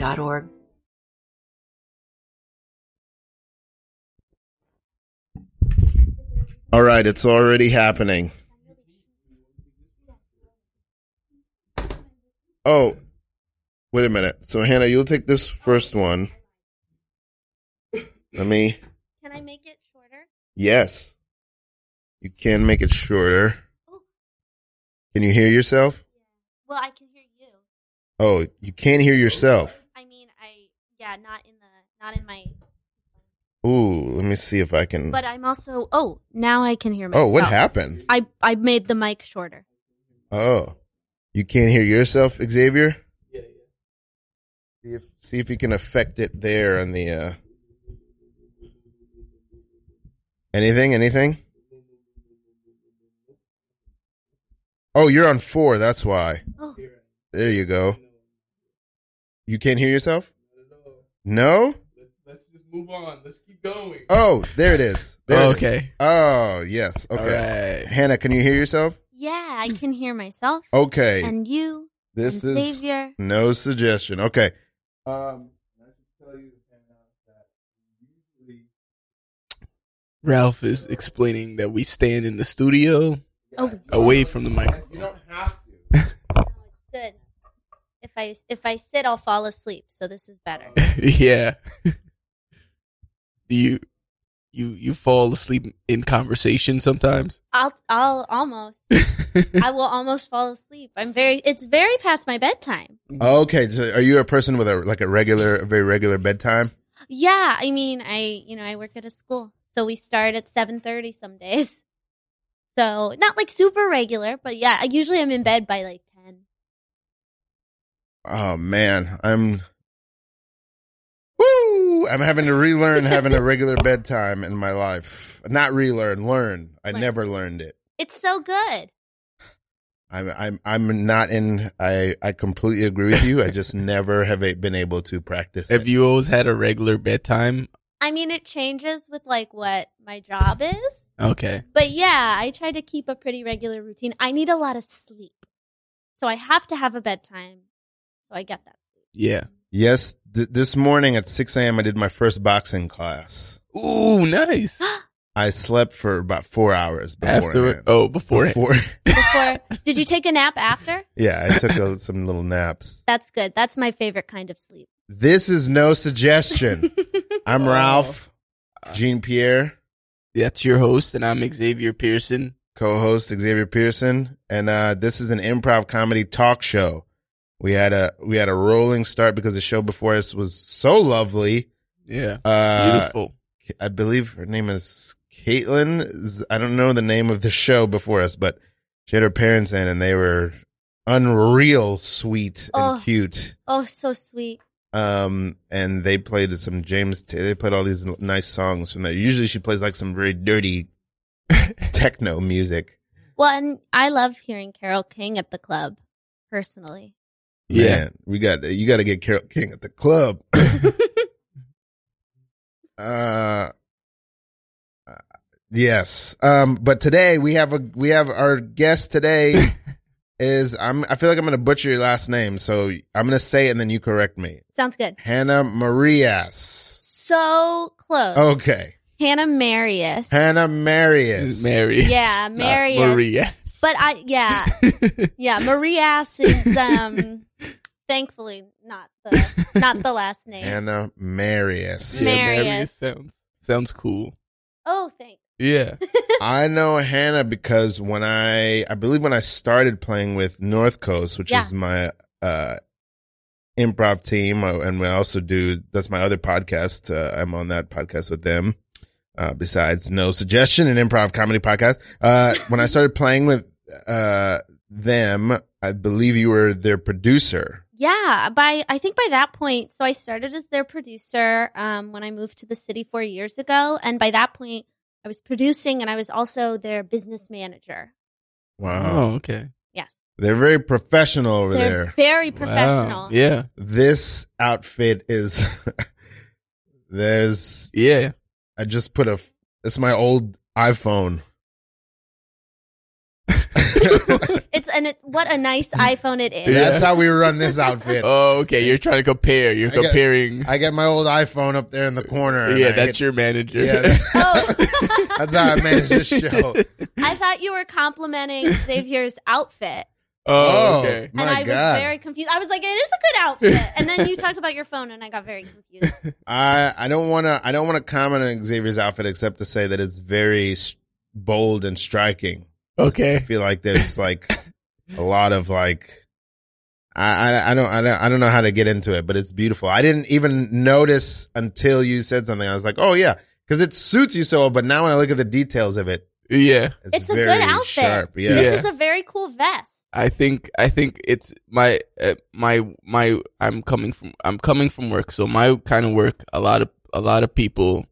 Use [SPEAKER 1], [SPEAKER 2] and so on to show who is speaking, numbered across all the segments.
[SPEAKER 1] org
[SPEAKER 2] All right, it's already happening. Oh, wait a minute. So, Hannah, you'll take this first one. Let me.
[SPEAKER 3] Can I make it shorter?
[SPEAKER 2] Yes. You can make it shorter.
[SPEAKER 3] Oh.
[SPEAKER 2] Can you hear yourself?
[SPEAKER 3] Well, I can hear you.
[SPEAKER 2] Oh, you can't hear yourself.
[SPEAKER 3] I mean, I yeah, not in the not in my.
[SPEAKER 2] Ooh, let me see if I can.
[SPEAKER 3] But I'm also oh now I can hear myself.
[SPEAKER 2] Mm. oh, what happened?
[SPEAKER 3] I I made the mic shorter.
[SPEAKER 2] Oh, you can't hear yourself, Xavier. See if see if you can affect it there on the. Uh... Anything? Anything? Oh, you're on four. That's why.
[SPEAKER 3] Oh,
[SPEAKER 2] There you go. You can't hear yourself. No.
[SPEAKER 4] Let's just move on. Let's keep going.
[SPEAKER 2] Oh, there it is. There it is.
[SPEAKER 4] Okay.
[SPEAKER 2] Oh yes.
[SPEAKER 4] All
[SPEAKER 2] Okay.
[SPEAKER 4] right.
[SPEAKER 2] Hannah, can you hear yourself?
[SPEAKER 3] yeah, I can hear myself
[SPEAKER 2] Hmm. Okay.
[SPEAKER 3] and you
[SPEAKER 2] this
[SPEAKER 3] and
[SPEAKER 2] is
[SPEAKER 3] Xavier.
[SPEAKER 2] No suggestion. Okay. Um, I should tell you that usually.
[SPEAKER 4] Ralph is explaining that we stand in the studio
[SPEAKER 3] Oh, we
[SPEAKER 4] away from the
[SPEAKER 2] You
[SPEAKER 4] microphone.
[SPEAKER 2] don't have to.
[SPEAKER 3] good. If I if I sit, I'll fall asleep. So this is better.
[SPEAKER 4] yeah. Do you you you fall asleep in conversation sometimes?
[SPEAKER 3] I'll I'll almost I will almost fall asleep. I'm very it's very past my bedtime.
[SPEAKER 2] Okay. So are you a person with a like a regular, a very regular bedtime?
[SPEAKER 3] Yeah, I mean, I you know I work at a school, so we start at seven thirty some days. So not like super regular, but yeah, I usually I'm in bed by like ten.
[SPEAKER 2] Oh man, I'm. Woo! I'm having to relearn having a regular bedtime in my life. Not relearn, learn. I
[SPEAKER 3] Learn.
[SPEAKER 2] never learned it.
[SPEAKER 3] It's so good.
[SPEAKER 2] I'm I'm I'm not in. I I completely agree with you. I just never have been able to practice.
[SPEAKER 4] Have
[SPEAKER 2] it.
[SPEAKER 4] you always had a regular bedtime?
[SPEAKER 3] I mean, it changes with like what my job is,
[SPEAKER 4] Okay.
[SPEAKER 3] but yeah, I try to keep a pretty regular routine. I need a lot of sleep, so I have to have a bedtime. So I get that.
[SPEAKER 4] Yeah.
[SPEAKER 2] Yes, th- this morning at 6 a.m., I did my first boxing class.
[SPEAKER 4] Ooh, nice.
[SPEAKER 2] I slept for about four hours
[SPEAKER 4] After
[SPEAKER 2] beforehand.
[SPEAKER 4] oh, before it.
[SPEAKER 2] Before-
[SPEAKER 3] Before, did you take a nap after?
[SPEAKER 2] yeah, I took a, some little naps.
[SPEAKER 3] That's good. That's my favorite kind of sleep.
[SPEAKER 2] This is no suggestion. I'm
[SPEAKER 4] Oh.
[SPEAKER 2] Ralph, Jean Pierre,
[SPEAKER 4] That's your host, and I'm Xavier Pearson.
[SPEAKER 2] co host Xavier Pearson, and uh, this is an improv comedy talk show. We had a we had a rolling start because the show before us was so lovely.
[SPEAKER 4] Yeah.
[SPEAKER 2] Uh,
[SPEAKER 4] Beautiful.
[SPEAKER 2] I believe her name is Caitlin. Z- I don't know the name of the show before us, but she had her parents in, and they were unreal sweet and
[SPEAKER 3] Oh.
[SPEAKER 2] cute.
[SPEAKER 3] Oh, so sweet.
[SPEAKER 2] Um, and they played some James. T- they played all these l- nice songs from there. Usually, she plays like some very dirty techno music.
[SPEAKER 3] Well, and I love hearing Carol King at the club, personally.
[SPEAKER 4] Yeah.
[SPEAKER 2] Man, we got you. Got to get Carol King at the club. uh, uh, yes. Um, but today we have a we have our guest today is I'm I feel like I'm gonna butcher your last name, so I'm gonna say it and then you correct me.
[SPEAKER 3] Sounds good.
[SPEAKER 2] Hannah Marias.
[SPEAKER 3] So close.
[SPEAKER 2] Okay,
[SPEAKER 3] Hannah Marius.
[SPEAKER 2] Hannah Marias.
[SPEAKER 4] Mary.
[SPEAKER 3] Yeah,
[SPEAKER 4] not
[SPEAKER 3] Mary.
[SPEAKER 4] Maria.
[SPEAKER 3] But I, yeah, yeah, Marias is um, thankfully not the not the last name.
[SPEAKER 2] Hannah Marias.
[SPEAKER 4] Yeah,
[SPEAKER 3] Marius.
[SPEAKER 4] Marius sounds sounds cool.
[SPEAKER 3] oh, thanks.
[SPEAKER 4] Yeah.
[SPEAKER 2] I know Hannah because when I I believe when I started playing with North Coast, which
[SPEAKER 3] Yeah.
[SPEAKER 2] is my uh improv team, uh, and we also do that's my other podcast. Uh, I'm on that podcast with them. Uh, besides No Suggestion, an improv comedy podcast. Uh, when I started playing with uh them, I believe you were their producer.
[SPEAKER 3] Yeah, by I think by that point, so I started as their producer um, when I moved to the city four years ago, and by that point, I was producing and I was also their business manager.
[SPEAKER 2] Uh-huh.
[SPEAKER 4] Oh, okay.
[SPEAKER 3] Yes,
[SPEAKER 2] They're very professional over
[SPEAKER 3] they're
[SPEAKER 2] there.
[SPEAKER 3] very
[SPEAKER 4] Wow.
[SPEAKER 3] professional.
[SPEAKER 4] Yeah.
[SPEAKER 2] This outfit is there's
[SPEAKER 4] Yeah.
[SPEAKER 2] I just put a. It's my old iPhone.
[SPEAKER 3] It's an it, what a nice iPhone it is.
[SPEAKER 4] Yeah.
[SPEAKER 2] Mm. That's how we run this outfit.
[SPEAKER 4] Oh, okay. You're trying to compare. You're
[SPEAKER 2] I get-
[SPEAKER 4] comparing.
[SPEAKER 2] I get my old iPhone up there in the corner. and
[SPEAKER 4] yeah,
[SPEAKER 2] I
[SPEAKER 4] that's
[SPEAKER 2] hit-
[SPEAKER 4] your manager.
[SPEAKER 2] Yeah,
[SPEAKER 3] Oh,
[SPEAKER 2] that's how I manage this show.
[SPEAKER 3] I thought you were complimenting Xavier's outfit,
[SPEAKER 2] Oh,
[SPEAKER 4] oh, okay.
[SPEAKER 3] and
[SPEAKER 2] my
[SPEAKER 3] I
[SPEAKER 2] God.
[SPEAKER 3] was very confused. I was like, "It is a good outfit," and then you talked about your phone, and I got very confused.
[SPEAKER 2] I I don't want to I don't want to comment on Xavier's outfit except to say that it's very s- bold and striking. I
[SPEAKER 4] Okay.
[SPEAKER 2] feel like there's like a lot of like I, I I don't I don't I don't know how to get into it, but it's beautiful. I didn't even notice until you said something. I was like, oh yeah, because it suits you so. well, But now when I look at the details of it,
[SPEAKER 4] Yeah.
[SPEAKER 2] it's,
[SPEAKER 3] It's a
[SPEAKER 2] very
[SPEAKER 3] good outfit.
[SPEAKER 2] sharp. Yeah.
[SPEAKER 3] This is a very cool vest.
[SPEAKER 4] I think I think it's my uh, my my I'm coming from I'm coming from work so my kind of work a lot of a lot of people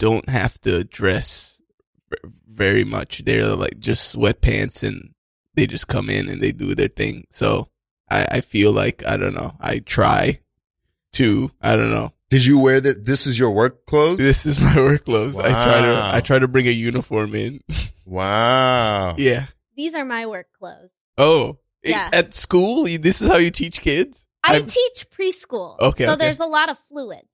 [SPEAKER 4] don't have to dress v- very much they're like just sweatpants and they just come in and they do their thing so I I feel like I don't know I try to I don't know
[SPEAKER 2] Did you wear that? This is your work clothes.
[SPEAKER 4] this is my work clothes I try
[SPEAKER 2] Wow.
[SPEAKER 4] to I try to bring a uniform in
[SPEAKER 2] wow.
[SPEAKER 4] yeah
[SPEAKER 3] These are my work clothes.
[SPEAKER 4] oh i-
[SPEAKER 3] Yeah.
[SPEAKER 4] at school you- this is how you teach kids
[SPEAKER 3] I
[SPEAKER 4] I've-
[SPEAKER 3] teach preschool,
[SPEAKER 4] Okay,
[SPEAKER 3] so
[SPEAKER 4] okay.
[SPEAKER 3] there's a lot of fluids.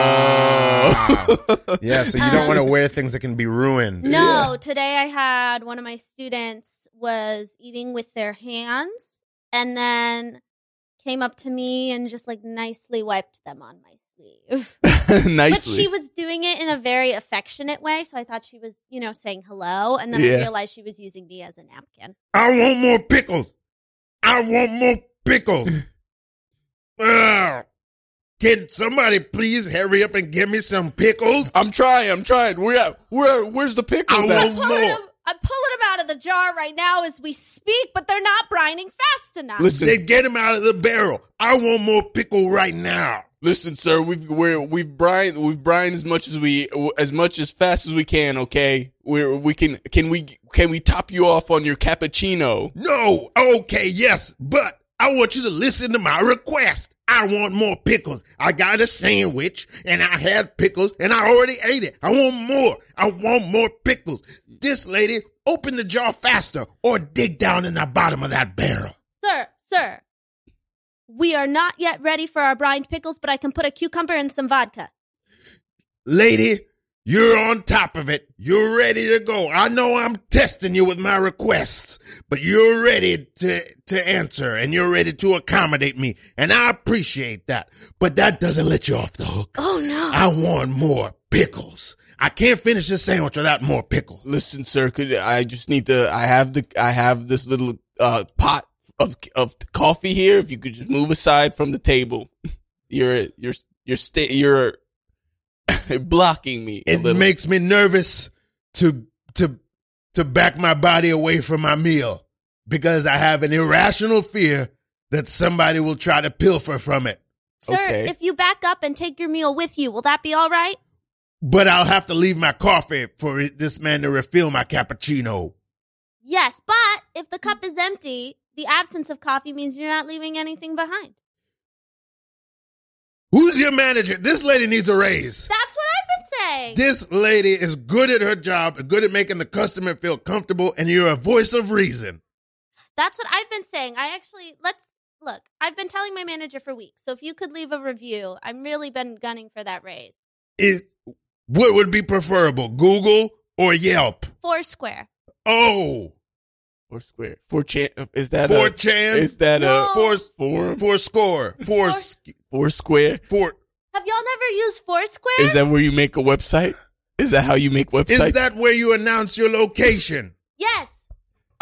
[SPEAKER 2] Wow.
[SPEAKER 4] Oh.
[SPEAKER 2] Yeah. So you don't
[SPEAKER 3] Um,
[SPEAKER 2] want to wear things that can be ruined.
[SPEAKER 3] No, today I had one of my students was eating with their hands and then came up to me and just like nicely wiped them on my sleeve. But
[SPEAKER 4] Nicely.
[SPEAKER 3] she was doing it in a very affectionate way, so I thought she was, you know, saying hello, and then
[SPEAKER 4] Yeah.
[SPEAKER 3] I realized she was using me as a napkin.
[SPEAKER 2] I want more pickles. I want more pickles. Ugh. Can somebody please hurry up and give me some pickles?
[SPEAKER 4] I'm trying. I'm trying. Where? at? Where? Where's the pickles?
[SPEAKER 2] I
[SPEAKER 4] At?
[SPEAKER 2] want-
[SPEAKER 3] I'm pulling
[SPEAKER 2] Lord.
[SPEAKER 3] them- I'm pulling them out of the jar right now as we speak, but they're not brining fast enough.
[SPEAKER 4] Listen.
[SPEAKER 2] They get them out of the barrel. I want more pickle right now.
[SPEAKER 4] Listen, sir. We've we're, we've brine we've brine as much as we as much as fast as we can. Okay. We're we can can we can we top you off on your cappuccino?
[SPEAKER 2] No, okay, yes, but I want you to listen to my request. I want more pickles. I got a sandwich and I had pickles and I already ate it. I want more. I want more pickles. This lady, open the jar faster or dig down in the bottom of that barrel.
[SPEAKER 3] Sir, sir, we are not yet ready for our brined pickles, but I can put a cucumber and some vodka.
[SPEAKER 2] Lady, you're on top of it. You're ready to go. I know I'm testing you with my requests, but you're ready to, to answer and you're ready to accommodate me. And I appreciate that, but that doesn't let you off the hook.
[SPEAKER 3] Oh no!
[SPEAKER 2] I want more pickles. I can't finish this sandwich without more pickles.
[SPEAKER 4] Listen, sir. Could I just need to? I have the I have this little uh pot of of coffee here. If you could just move aside from the table, you're you're you're sta- you're blocking me. a
[SPEAKER 2] It
[SPEAKER 4] little.
[SPEAKER 2] makes me nervous to to to back my body away from my meal because I have an irrational fear that somebody will try to pilfer from it.
[SPEAKER 3] sir,
[SPEAKER 4] okay.
[SPEAKER 3] if you back up and take your meal with you, will that be all right?
[SPEAKER 2] But I'll have to leave my coffee for this man to refill my cappuccino.
[SPEAKER 3] Yes, but if the cup is empty, the absence of coffee means you're not leaving anything behind.
[SPEAKER 2] Who's your manager? This lady needs a raise.
[SPEAKER 3] That's what I've been saying.
[SPEAKER 2] This lady is good at her job, good at making the customer feel comfortable, and you're a voice of reason.
[SPEAKER 3] That's what I've been saying. I actually let's look. I've been telling my manager for weeks. So if you could leave a review, I'm really been gunning for that raise.
[SPEAKER 2] Is what would be preferable, Google or Yelp?
[SPEAKER 3] Foursquare.
[SPEAKER 2] Oh,
[SPEAKER 4] Four square. Four chan. Is that
[SPEAKER 2] four
[SPEAKER 4] a,
[SPEAKER 2] chan,
[SPEAKER 4] Is that
[SPEAKER 3] No.
[SPEAKER 4] a
[SPEAKER 2] four,
[SPEAKER 4] forum?
[SPEAKER 2] four score, four,
[SPEAKER 3] Four-
[SPEAKER 2] sk-
[SPEAKER 4] Four square?
[SPEAKER 2] four.
[SPEAKER 3] Have y'all never used Foursquare?
[SPEAKER 4] Is that where you make a website? Is that how you make websites?
[SPEAKER 2] Is that where you announce your location?
[SPEAKER 3] yes.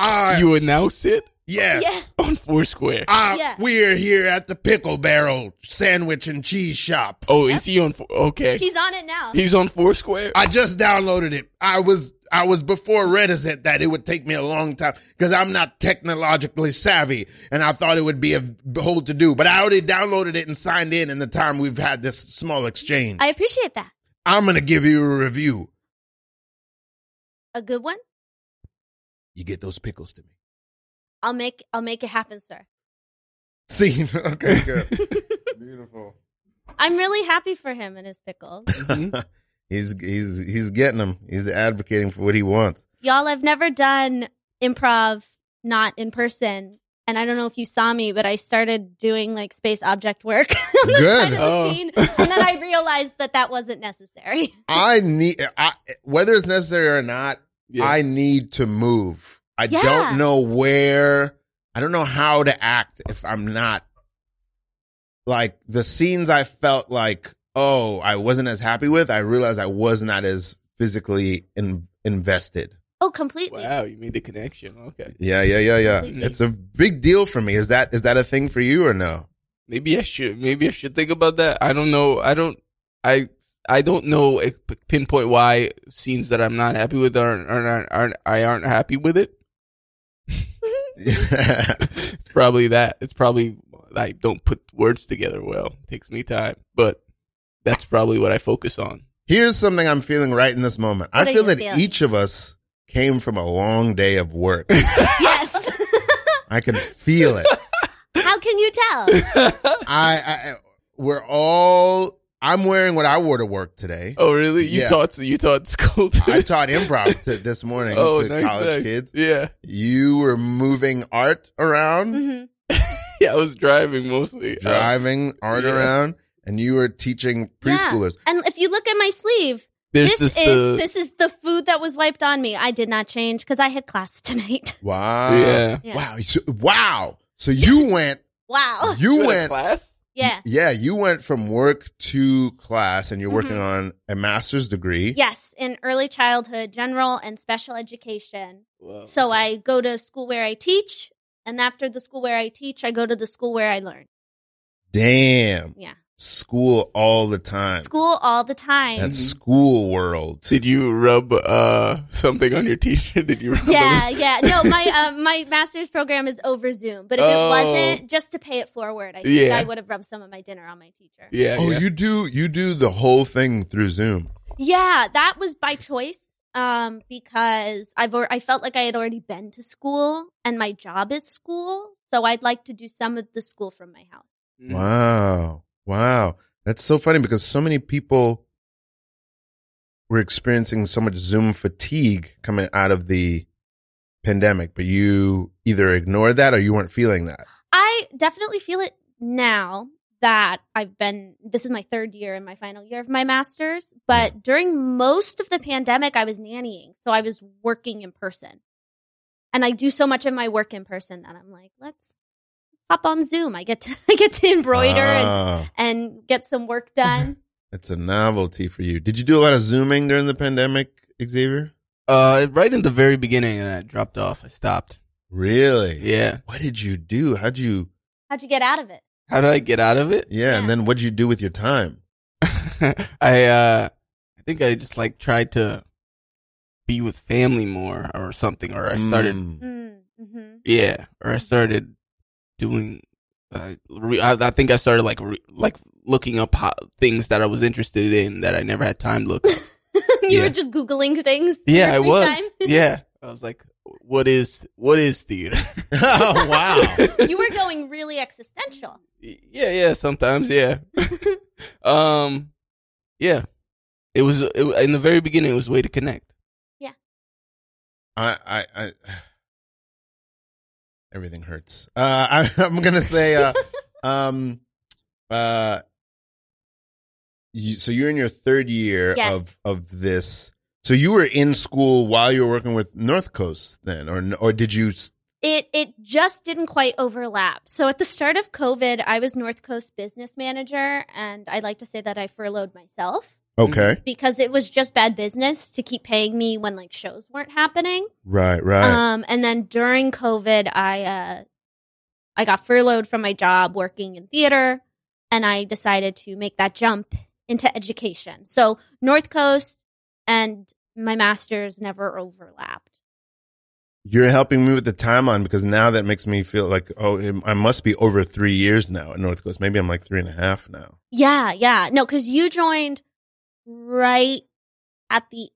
[SPEAKER 2] Ah,
[SPEAKER 4] you announce it
[SPEAKER 2] yes.
[SPEAKER 3] Yeah.
[SPEAKER 4] on Foursquare?
[SPEAKER 2] Ah,
[SPEAKER 3] Yeah.
[SPEAKER 2] we're here at the Pickle Barrel Sandwich and Cheese Shop.
[SPEAKER 4] Oh, is he on? Four- Okay,
[SPEAKER 3] He's on it now.
[SPEAKER 4] he's on Foursquare.
[SPEAKER 2] I just downloaded it. I was I was before reticent that it would take me a long time because I'm not technologically savvy, and I thought it would be a whole to do. But I already downloaded it and signed in in the time we've had this small exchange.
[SPEAKER 3] I appreciate that.
[SPEAKER 2] I'm gonna give you a review.
[SPEAKER 3] A good one?
[SPEAKER 2] You get those pickles to me.
[SPEAKER 3] I'll make I'll make it happen, sir.
[SPEAKER 2] See, okay, good, beautiful.
[SPEAKER 3] I'm really happy for him and his pickles.
[SPEAKER 4] Mhm.
[SPEAKER 2] he's he's he's getting them. He's advocating for what he wants.
[SPEAKER 3] Y'all, I've never done improv not in person. And I don't know if you saw me, but I started doing like space object work on the
[SPEAKER 2] Good.
[SPEAKER 3] side of the
[SPEAKER 4] Oh.
[SPEAKER 3] scene. And then I realized that that wasn't necessary.
[SPEAKER 2] I need I, whether it's necessary or not.
[SPEAKER 4] Yeah.
[SPEAKER 2] I need to move. I
[SPEAKER 3] Yeah.
[SPEAKER 2] don't know where. I don't know how to act if I'm not like the scenes I felt like oh I wasn't as happy with. I realized I was not as physically in, invested.
[SPEAKER 3] Oh, completely.
[SPEAKER 4] wow, you made the connection. Okay.
[SPEAKER 2] Yeah, yeah, yeah, yeah.
[SPEAKER 3] Completely.
[SPEAKER 2] It's a big deal for me. Is that is that a thing for you or no?
[SPEAKER 4] Maybe I should. Maybe I should think about that. I don't know. I don't. I I don't know eh, p- pinpoint why scenes that I'm not happy with aren't aren't, aren't I aren't happy with it. it's probably that. It's probably I don't put words together well. It takes me time, but that's probably what I focus on.
[SPEAKER 2] Here's something I'm feeling right in this moment.
[SPEAKER 3] What
[SPEAKER 2] I
[SPEAKER 3] are
[SPEAKER 2] feel
[SPEAKER 3] you
[SPEAKER 2] that
[SPEAKER 3] feeling?
[SPEAKER 2] each of us came from a long day of work.
[SPEAKER 3] yes.
[SPEAKER 2] I can feel it.
[SPEAKER 3] How can you tell?
[SPEAKER 2] I, I we're all. I'm wearing what I wore to work today.
[SPEAKER 4] oh, really? You
[SPEAKER 2] Yeah.
[SPEAKER 4] taught you taught school?
[SPEAKER 2] I taught improv to, this morning
[SPEAKER 4] oh,
[SPEAKER 2] to
[SPEAKER 4] nice,
[SPEAKER 2] college
[SPEAKER 4] nice.
[SPEAKER 2] kids.
[SPEAKER 4] Yeah,
[SPEAKER 2] You were moving art around,
[SPEAKER 4] Mm-hmm.
[SPEAKER 3] hmm
[SPEAKER 4] yeah. I was driving mostly. Uh,
[SPEAKER 2] driving art
[SPEAKER 4] yeah.
[SPEAKER 2] around, and you were teaching
[SPEAKER 3] Yeah.
[SPEAKER 2] preschoolers.
[SPEAKER 3] And if you look at my sleeve,
[SPEAKER 4] there's
[SPEAKER 3] this,
[SPEAKER 4] this.
[SPEAKER 3] is
[SPEAKER 4] uh,
[SPEAKER 3] this is the food that was wiped on me. I did not change because I had class tonight.
[SPEAKER 2] Wow.
[SPEAKER 4] yeah.
[SPEAKER 3] Yeah.
[SPEAKER 2] Wow. So- wow. So you went,
[SPEAKER 3] Wow.
[SPEAKER 2] you
[SPEAKER 4] had a
[SPEAKER 2] went,
[SPEAKER 4] class?
[SPEAKER 3] Yeah.
[SPEAKER 2] yeah, you went from work to class and you're working
[SPEAKER 3] Mm-hmm.
[SPEAKER 2] on a master's degree.
[SPEAKER 3] Yes, in early childhood, general and special education.
[SPEAKER 4] Oh, Wow.
[SPEAKER 3] So I go to school where I teach, and after the school where I teach, I go to the school where I learn.
[SPEAKER 2] Damn.
[SPEAKER 3] Yeah.
[SPEAKER 2] School all the time.
[SPEAKER 3] School all the time.
[SPEAKER 4] Mm-hmm.
[SPEAKER 2] That school world.
[SPEAKER 4] Did you rub uh something on your t-shirt? Did you rub a
[SPEAKER 3] yeah, yeah. No, my uh, my master's program is over Zoom, but if
[SPEAKER 4] Oh.
[SPEAKER 3] it wasn't, just to pay it forward, I think
[SPEAKER 4] Yeah.
[SPEAKER 3] I would have rubbed some of my dinner on my teacher.
[SPEAKER 4] little- Yeah.
[SPEAKER 2] Oh,
[SPEAKER 4] yeah.
[SPEAKER 2] you do you do the whole thing through Zoom.
[SPEAKER 3] Yeah, that was by choice um because I've or- I felt like I had already been to school and my job is school, so I'd like to do some of the school from my house.
[SPEAKER 4] Mm-hmm.
[SPEAKER 2] Wow. Wow. That's so funny because so many people were experiencing so much Zoom fatigue coming out of the pandemic, but you either ignored that or you weren't feeling that.
[SPEAKER 3] I definitely feel it now that I've been this is my third year and my final year of my masters, but during most of the pandemic I was nannying, so I was working in person. And I do so much of my work in person that I'm like, let's let's hop on Zoom. I get to I get to embroider
[SPEAKER 2] Ah,
[SPEAKER 3] and, and get some work done.
[SPEAKER 2] it's a novelty for you. Did you do a lot of Zooming during the pandemic, Xavier?
[SPEAKER 4] Uh, right in the very beginning, and I dropped off. I stopped.
[SPEAKER 2] Really?
[SPEAKER 4] Yeah.
[SPEAKER 2] What did you do? How'd you,
[SPEAKER 3] How'd you get out of it?
[SPEAKER 4] How did I get out of it?
[SPEAKER 2] yeah,
[SPEAKER 3] Yeah.
[SPEAKER 2] and then what'd you do with your time?
[SPEAKER 4] I uh, I think I just like tried to be with family more or something, or I started.
[SPEAKER 2] Mm.
[SPEAKER 3] Mm-hmm.
[SPEAKER 4] Yeah, or I started doing. Uh, re- I, I think I started like re- like looking up ho- things that I was interested in that I never had time to look up.
[SPEAKER 3] you
[SPEAKER 4] Yeah.
[SPEAKER 3] were just googling things. in your
[SPEAKER 4] Yeah, I
[SPEAKER 3] free
[SPEAKER 4] was.
[SPEAKER 3] time?
[SPEAKER 4] yeah, I was like, "What is what is theater?"
[SPEAKER 2] oh, wow.
[SPEAKER 3] you were going really existential.
[SPEAKER 4] yeah, yeah. Sometimes, yeah. um, yeah. It was it, wa- in the very beginning. It was a way to connect.
[SPEAKER 2] I, I, I everything hurts. Uh, I, I'm gonna say, uh, um, uh, you, so you're in your third year
[SPEAKER 3] Yes.
[SPEAKER 2] of of this. So you were in school while you were working with North Coast then, or or did you? s-
[SPEAKER 3] It it just didn't quite overlap. So at the start of COVID, I was North Coast business manager, and I like to say that I furloughed myself
[SPEAKER 2] Okay,
[SPEAKER 3] because it was just bad business to keep paying me when like shows weren't happening.
[SPEAKER 2] right, right.
[SPEAKER 3] Um, and then during COVID, I uh, I got furloughed from my job working in theater, and I decided to make that jump into education. So North Coast and my master's never overlapped.
[SPEAKER 2] you're helping me with the timeline because now that makes me feel like oh, it, I must be over three years now at North Coast. Maybe I'm like three and a half now.
[SPEAKER 3] Yeah, yeah, no, because you joined right at the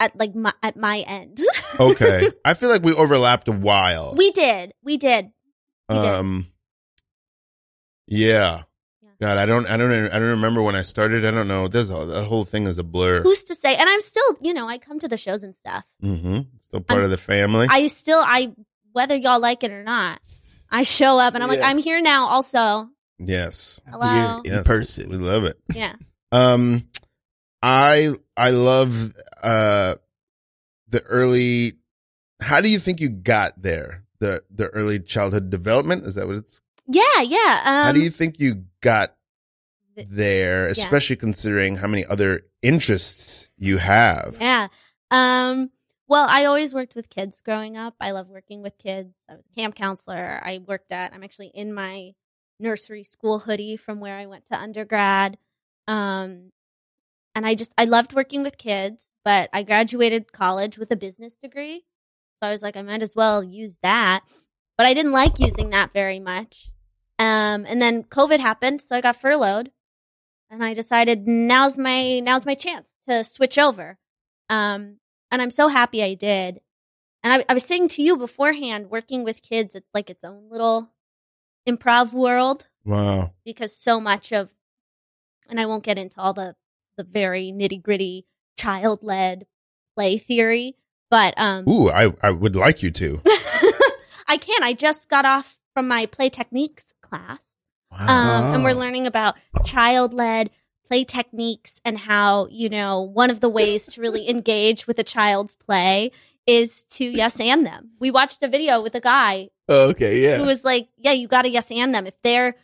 [SPEAKER 3] at like my at my end.
[SPEAKER 2] Okay, I feel like we overlapped a while.
[SPEAKER 3] we did, we did. You did.
[SPEAKER 2] Um. Yeah.
[SPEAKER 3] Yeah.
[SPEAKER 2] God, I don't, I don't, I don't remember when I started. I don't know. This whole, the whole thing is a blur.
[SPEAKER 3] Who's to say? And I'm still, you know, I come to the shows and stuff.
[SPEAKER 2] hmm Still part
[SPEAKER 3] I'm-
[SPEAKER 2] of the family.
[SPEAKER 3] I still, I whether y'all like it or not, I show up and I'm like,
[SPEAKER 4] Yeah.
[SPEAKER 3] I'm here now. Also,
[SPEAKER 2] yes,
[SPEAKER 3] Hello?
[SPEAKER 4] Here in
[SPEAKER 2] Yes. we
[SPEAKER 4] person.
[SPEAKER 2] love it.
[SPEAKER 3] yeah,
[SPEAKER 2] Um, I, I love uh the early. How do you think you got there? The the early childhood development is that what it's?
[SPEAKER 3] yeah, yeah. Um,
[SPEAKER 2] how do you think you got
[SPEAKER 3] Th-
[SPEAKER 2] there? Especially considering how many other interests you have.
[SPEAKER 3] Yeah. Um, well, I always worked with kids growing up. I love working with kids. I was a camp counselor. I worked at, I'm actually in my nursery school hoodie from where I went to undergrad. Um, and I just, I loved working with kids, but I graduated college with a business degree. So I was like, I might as well use that. But I didn't like using that very much. Um, and then COVID happened. So I got furloughed and I decided now's my, now's my chance to switch over um, and I'm so happy I did. And I, I was saying to you beforehand, working with kids, it's like its own little improv world
[SPEAKER 2] Wow.
[SPEAKER 3] because so much of, and I won't get into all the the very nitty gritty child led play theory, but um,
[SPEAKER 2] Ooh, I I would like you to.
[SPEAKER 3] I can. I just got off from my play techniques class, um, and we're
[SPEAKER 4] Wow.
[SPEAKER 3] learning about child led play techniques and how, you know, one of the ways to really engage with a child's play is to yes and them. We watched a video with a guy
[SPEAKER 4] Oh, Okay, yeah.
[SPEAKER 3] who was like, yeah, you got to yes and them. If they're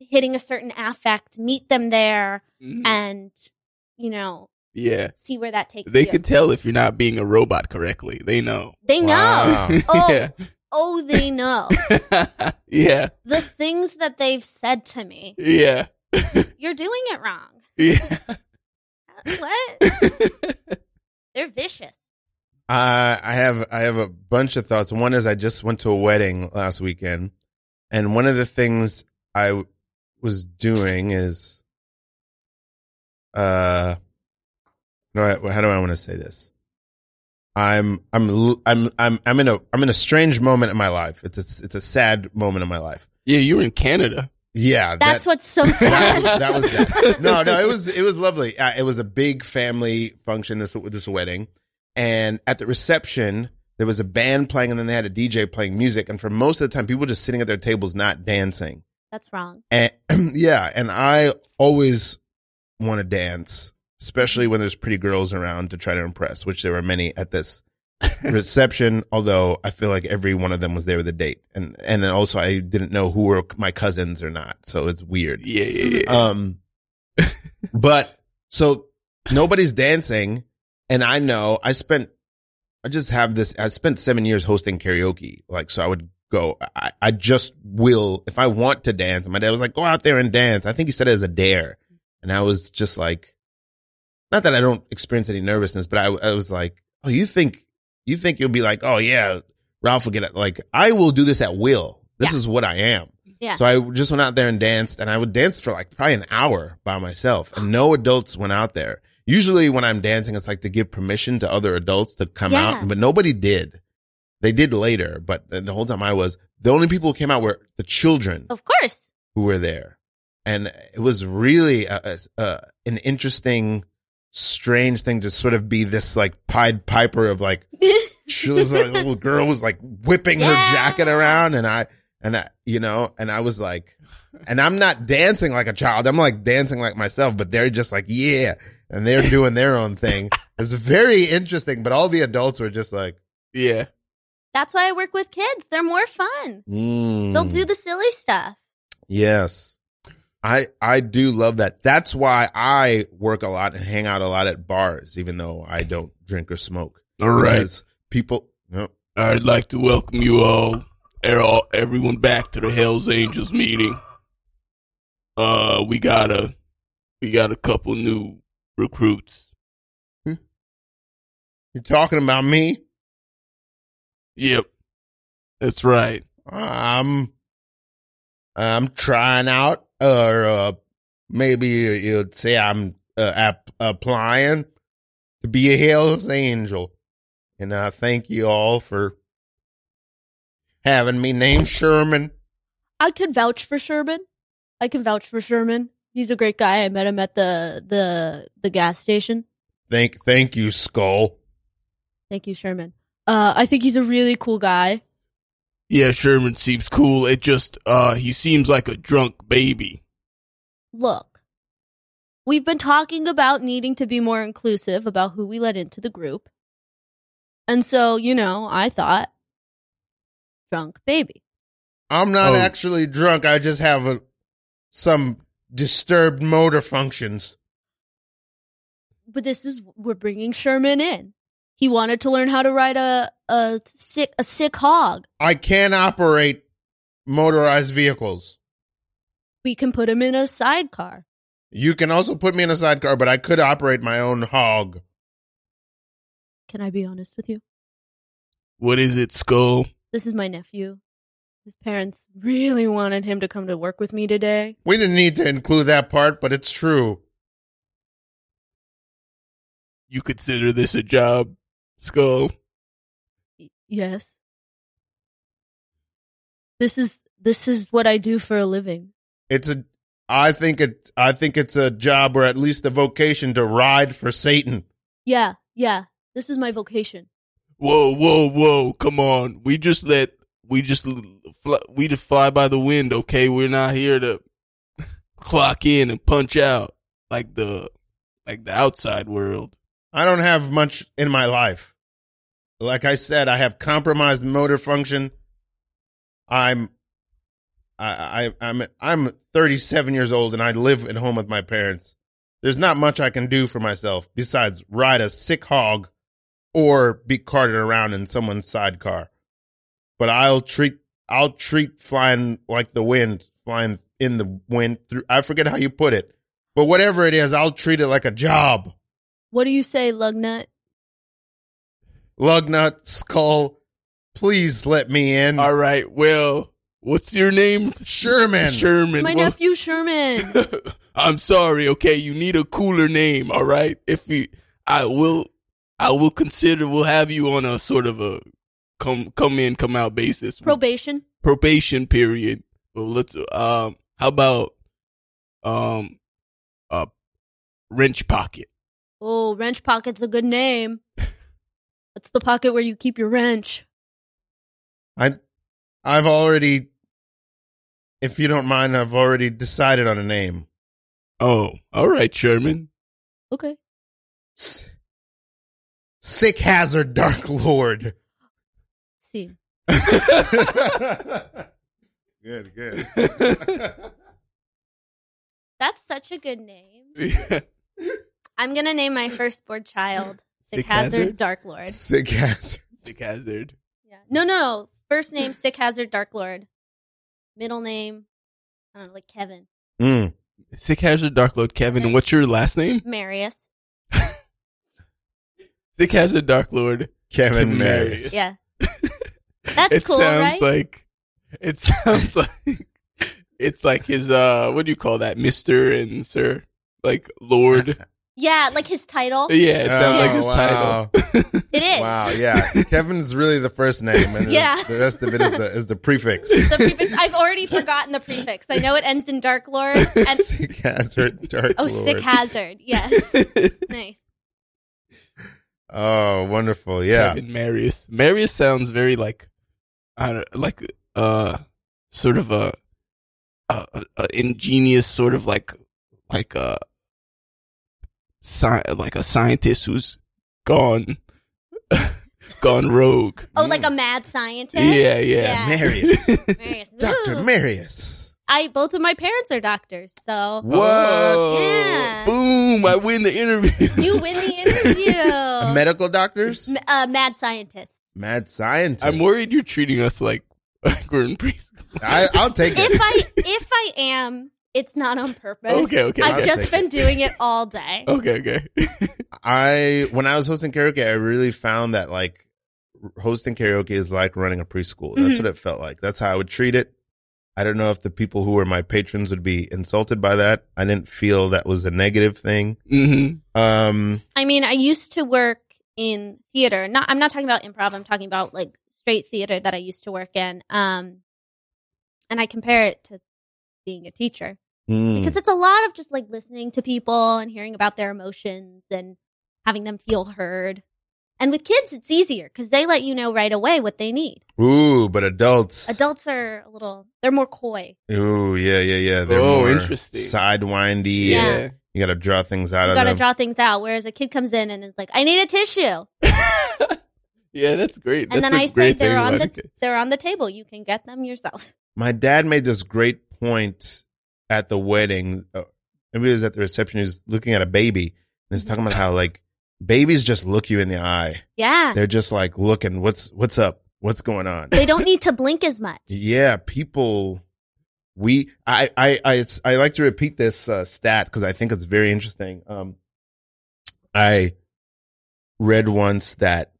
[SPEAKER 3] hitting a certain affect, meet them there
[SPEAKER 4] Mhm.
[SPEAKER 3] and, you know,
[SPEAKER 4] yeah.
[SPEAKER 3] see where that takes
[SPEAKER 4] They
[SPEAKER 3] you.
[SPEAKER 4] could tell if you're not being a robot correctly. They know.
[SPEAKER 3] they know.
[SPEAKER 2] Wow.
[SPEAKER 3] Oh. Oh, they know.
[SPEAKER 4] yeah. yeah.
[SPEAKER 3] the things that they've said to me.
[SPEAKER 4] Yeah.
[SPEAKER 3] You're doing it wrong.
[SPEAKER 4] Yeah.
[SPEAKER 3] What? They're vicious.
[SPEAKER 2] Uh, I have I have a bunch of thoughts. One is I just went to a wedding last weekend, and one of the things I w- was doing is, uh, no, I- how do I want to say this? I'm I'm l- I'm I'm I'm in a I'm in a strange moment in my life. It's a, it's a sad moment in my life.
[SPEAKER 4] Yeah, you were in Canada.
[SPEAKER 2] Yeah,
[SPEAKER 3] That's what's so sad.
[SPEAKER 2] that was that. no, no. It was it was lovely. Uh, it was a big family function. This this wedding, and at the reception there was a band playing, and then they had a DJ playing music. And for most of the time, people were just sitting at their tables not dancing.
[SPEAKER 3] That's wrong.
[SPEAKER 2] And yeah, and I always want to dance, especially when there's pretty girls around to try to impress, which there were many at this reception. although I feel like every one of them was there with a date, and and then also I didn't know who were my cousins or not, so it's weird.
[SPEAKER 4] Yeah, yeah, yeah.
[SPEAKER 2] Um, but so nobody's dancing, and I know I spent, I just have this. I spent seven years hosting karaoke, like so. I would go. I, I just will if I want to dance. My dad was like, "Go out there and dance." I think he said it as a dare, and I was just like, not that I don't experience any nervousness, but I, I was like, "Oh, you think you think you'll be like, oh yeah, Ralph will get it." Like I will do this at will. This is what I am.
[SPEAKER 3] Yeah.
[SPEAKER 2] So I just went out there and danced, and I would dance for like probably an hour by myself, and no adults went out there. Usually, when I'm dancing, it's like to give permission to other adults to come
[SPEAKER 3] Yeah.
[SPEAKER 2] out, but nobody did. They did later, but the whole time I was the only people who came out were the children
[SPEAKER 3] Of course.
[SPEAKER 2] who were there, and it was really a, a, a, an interesting, strange thing to sort of be this like Pied Piper of like she was a little girl was like whipping
[SPEAKER 3] Yeah.
[SPEAKER 2] her jacket around and i and i you know and i was like and i'm not dancing like a child i'm like dancing like myself but they're just like yeah and they're doing their own thing it's very interesting but all the adults were just like
[SPEAKER 4] yeah.
[SPEAKER 3] That's why I work with kids. They're more fun.
[SPEAKER 2] mm,
[SPEAKER 3] They'll do the silly stuff.
[SPEAKER 2] yes i i do love that that's why i work a lot and hang out a lot at bars even though i don't drink or smoke
[SPEAKER 4] All right.
[SPEAKER 2] Because people no
[SPEAKER 4] I'd like to welcome you all, er- all- everyone back to the Hells Angels meeting. Uh, we got a, we got a couple new recruits.
[SPEAKER 2] you're talking about me
[SPEAKER 4] Yep, that's right.
[SPEAKER 2] I'm Um, I'm trying out, or uh, maybe you- you'd say I'm uh, app- applying to be a Hell's Angel. And I thank you all for having me named Sherman.
[SPEAKER 3] I could vouch for Sherbin. I can vouch for Sherman. He's a great guy. I met him at the the the gas station.
[SPEAKER 2] Thank, thank you, Skull.
[SPEAKER 3] Thank you, Sherman. Uh, I think he's a really cool guy.
[SPEAKER 4] Yeah, Sherman seems cool. It just uh he seems like a drunk baby.
[SPEAKER 3] Look, we've been talking about needing to be more inclusive about who we let into the group, and so you know, I thought drunk baby.
[SPEAKER 2] I'm not
[SPEAKER 4] Oh.
[SPEAKER 2] actually drunk. I just have a, some disturbed motor functions.
[SPEAKER 3] but this is we're bringing Sherman in. He wanted to learn how to ride a a sick a sick hog.
[SPEAKER 2] I can operate motorized vehicles.
[SPEAKER 3] We can put him in a sidecar.
[SPEAKER 2] You can also put me in a sidecar, but I could operate my own hog.
[SPEAKER 3] Can I be honest with you?
[SPEAKER 4] What is it, Skull?
[SPEAKER 3] This is my nephew. His parents really wanted him to come to work with me today.
[SPEAKER 2] We didn't need to include that part, but it's true.
[SPEAKER 4] You consider this a job, Skull?
[SPEAKER 3] Y- yes. This is this is what I do for a living.
[SPEAKER 2] It's a I think it I think it's a job or at least a vocation to ride for Satan.
[SPEAKER 3] Yeah, yeah. This is my vocation.
[SPEAKER 4] Whoa, whoa, whoa! Come on, we just let we just l- fly, we just fly by the wind. Okay, we're not here to clock in and punch out like the like the outside world.
[SPEAKER 2] I don't have much in my life. Like I said, I have compromised motor function. I'm I, I I'm I'm 37 years old and I live at home with my parents. There's not much I can do for myself besides ride a sick hog or be carted around in someone's sidecar. But I'll treat I'll treat flying like the wind, flying in the wind through I forget how you put it. But whatever it is, I'll treat it like a job.
[SPEAKER 3] What do you say, Lugnut?
[SPEAKER 2] Lugnut Skull, please let me in.
[SPEAKER 4] All right, well, what's your name?
[SPEAKER 2] Sherman.
[SPEAKER 4] Sherman.
[SPEAKER 3] My
[SPEAKER 4] Well-
[SPEAKER 3] nephew Sherman.
[SPEAKER 4] I'm sorry, okay? You need a cooler name, all right? If we I will I will consider we'll have you on a sort of a come come in, come out basis.
[SPEAKER 3] Probation.
[SPEAKER 4] probation period. But let's um how about um uh wrench pocket.
[SPEAKER 3] Oh, wrench pocket's a good name. It's the pocket where you keep your wrench.
[SPEAKER 2] I, I've already, if you don't mind, I've already decided on a name.
[SPEAKER 4] Oh, all right, Sherman.
[SPEAKER 3] Okay.
[SPEAKER 2] S- Sick Hazard Dark Lord.
[SPEAKER 3] See.
[SPEAKER 2] good, good.
[SPEAKER 3] That's such a good name.
[SPEAKER 4] Sick
[SPEAKER 3] I'm gonna name my firstborn child Sick,
[SPEAKER 4] Sick
[SPEAKER 3] Hazard,
[SPEAKER 4] Hazard?
[SPEAKER 3] Dark Lord.
[SPEAKER 2] Sick Hazard.
[SPEAKER 4] hazard.
[SPEAKER 3] Yeah. No, no, no. First name Sick Hazard Dark Lord. Middle name, I don't know, like Kevin
[SPEAKER 2] Mm.
[SPEAKER 4] Sick hazard dark lord Kevin. And what's your last name?
[SPEAKER 3] Marius.
[SPEAKER 4] Sick hazard dark lord.
[SPEAKER 2] Kevin
[SPEAKER 4] Kevin
[SPEAKER 2] Marius.
[SPEAKER 4] Marius.
[SPEAKER 3] Yeah. That's
[SPEAKER 4] it
[SPEAKER 3] cool,
[SPEAKER 4] sounds
[SPEAKER 3] right?
[SPEAKER 4] like it sounds like it's like his uh what do you call that mister and sir like lord
[SPEAKER 3] yeah, like his title.
[SPEAKER 4] yeah it sounds like
[SPEAKER 2] Oh,
[SPEAKER 4] his
[SPEAKER 2] wow.
[SPEAKER 4] title
[SPEAKER 3] It is.
[SPEAKER 2] Wow, yeah. Kevin's really the first name, and the-
[SPEAKER 3] Yeah.
[SPEAKER 2] the rest of it is the is the prefix.
[SPEAKER 3] The prefix. I've already forgotten the prefix. I know it ends in Dark Lord. And
[SPEAKER 2] sick hazard dark
[SPEAKER 3] oh,
[SPEAKER 2] lord.
[SPEAKER 3] Sick Hazard. Yes. Nice.
[SPEAKER 2] oh wonderful yeah
[SPEAKER 4] Kevin Marius. Marius sounds very like, I don't, like uh, sort of a, a, a- a ingenious sort of like like a, sci- like a scientist who's gone, gone rogue.
[SPEAKER 3] Oh, like a mad scientist.
[SPEAKER 4] Yeah, yeah.
[SPEAKER 3] Yeah.
[SPEAKER 2] marius
[SPEAKER 3] Marius.
[SPEAKER 2] dr
[SPEAKER 3] Ooh.
[SPEAKER 2] marius
[SPEAKER 3] I both of my parents are doctors, so
[SPEAKER 2] What?
[SPEAKER 4] Oh,
[SPEAKER 3] Yeah.
[SPEAKER 4] Boom! I win the interview.
[SPEAKER 3] you win the interview.
[SPEAKER 2] medical doctors
[SPEAKER 3] M- uh, mad scientist.
[SPEAKER 2] mad scientist
[SPEAKER 4] I'm worried you're treating us like, like we're in preschool.
[SPEAKER 2] I, i'll take it
[SPEAKER 3] If I if I am, it's not on purpose.
[SPEAKER 4] Okay, okay,
[SPEAKER 3] I've
[SPEAKER 2] okay.
[SPEAKER 3] just been doing it all day.
[SPEAKER 4] okay, okay.
[SPEAKER 2] i when i was hosting karaoke i really found that like hosting karaoke is like running a preschool that's
[SPEAKER 3] Mhm.
[SPEAKER 2] what it felt like that's how i would treat it i don't know if the people who were my patrons would be insulted by that i didn't feel that was a negative thing
[SPEAKER 4] hmm
[SPEAKER 2] um
[SPEAKER 3] I mean, I used to work in theater. Not I'm not talking about improv. I'm talking about like straight theater that I used to work in. Um, and I compare it to being a teacher.
[SPEAKER 2] Mm.
[SPEAKER 3] because it's a lot of just like listening to people and hearing about their emotions and having them feel heard. And with kids, it's easier because they let you know right away what they need.
[SPEAKER 2] Ooh, but adults.
[SPEAKER 3] Adults are a little, they're more coy.
[SPEAKER 2] Ooh, yeah, yeah, yeah. They're
[SPEAKER 4] Oh,
[SPEAKER 2] more
[SPEAKER 4] interesting.
[SPEAKER 2] sidewindy.
[SPEAKER 3] Yeah.
[SPEAKER 2] You got to draw things out
[SPEAKER 3] You
[SPEAKER 2] of
[SPEAKER 3] got to
[SPEAKER 2] them.
[SPEAKER 3] draw things out. Whereas a kid comes in and is like, I need a tissue.
[SPEAKER 4] yeah, that's great.
[SPEAKER 3] And
[SPEAKER 4] That's
[SPEAKER 3] then
[SPEAKER 4] a
[SPEAKER 3] I say
[SPEAKER 4] great
[SPEAKER 3] they're
[SPEAKER 4] thing
[SPEAKER 3] on the
[SPEAKER 4] about
[SPEAKER 3] t-
[SPEAKER 4] it.
[SPEAKER 3] they're on the table. You can get them yourself.
[SPEAKER 2] My dad made this great point at the wedding. Uh, Maybe it was at the reception. He was looking at a baby and he's talking about how like babies just look you in the eye.
[SPEAKER 3] Yeah.
[SPEAKER 2] They're just like looking. What's what's up? What's going on?
[SPEAKER 3] They don't need to blink as much.
[SPEAKER 2] Yeah, people. We I I I, it's- I like to repeat this uh, stat because I think it's very interesting. Um, I read once that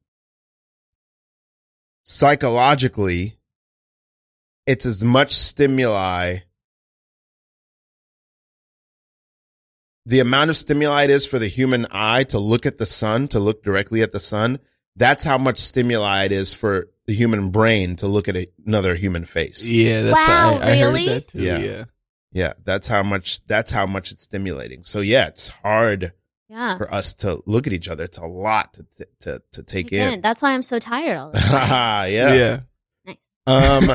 [SPEAKER 2] psychologically, it's as much stimuli. The amount of stimuli it is for the human eye to look at the sun, to look directly at the sun, that's how much stimuli it is for the human brain to look at a- another human face.
[SPEAKER 4] Yeah, that's
[SPEAKER 3] Wow,
[SPEAKER 4] I, I
[SPEAKER 3] really?
[SPEAKER 4] heard that too.
[SPEAKER 2] Yeah.
[SPEAKER 4] Yeah.
[SPEAKER 2] Yeah, that's how much that's how much it's stimulating. So yeah, it's hard
[SPEAKER 3] Yeah.
[SPEAKER 2] for us to look at each other. It's a lot to t- to to take
[SPEAKER 3] Again,
[SPEAKER 2] in.
[SPEAKER 3] that's why I'm so tired all the time.
[SPEAKER 2] yeah.
[SPEAKER 4] yeah.
[SPEAKER 3] nice.
[SPEAKER 2] Um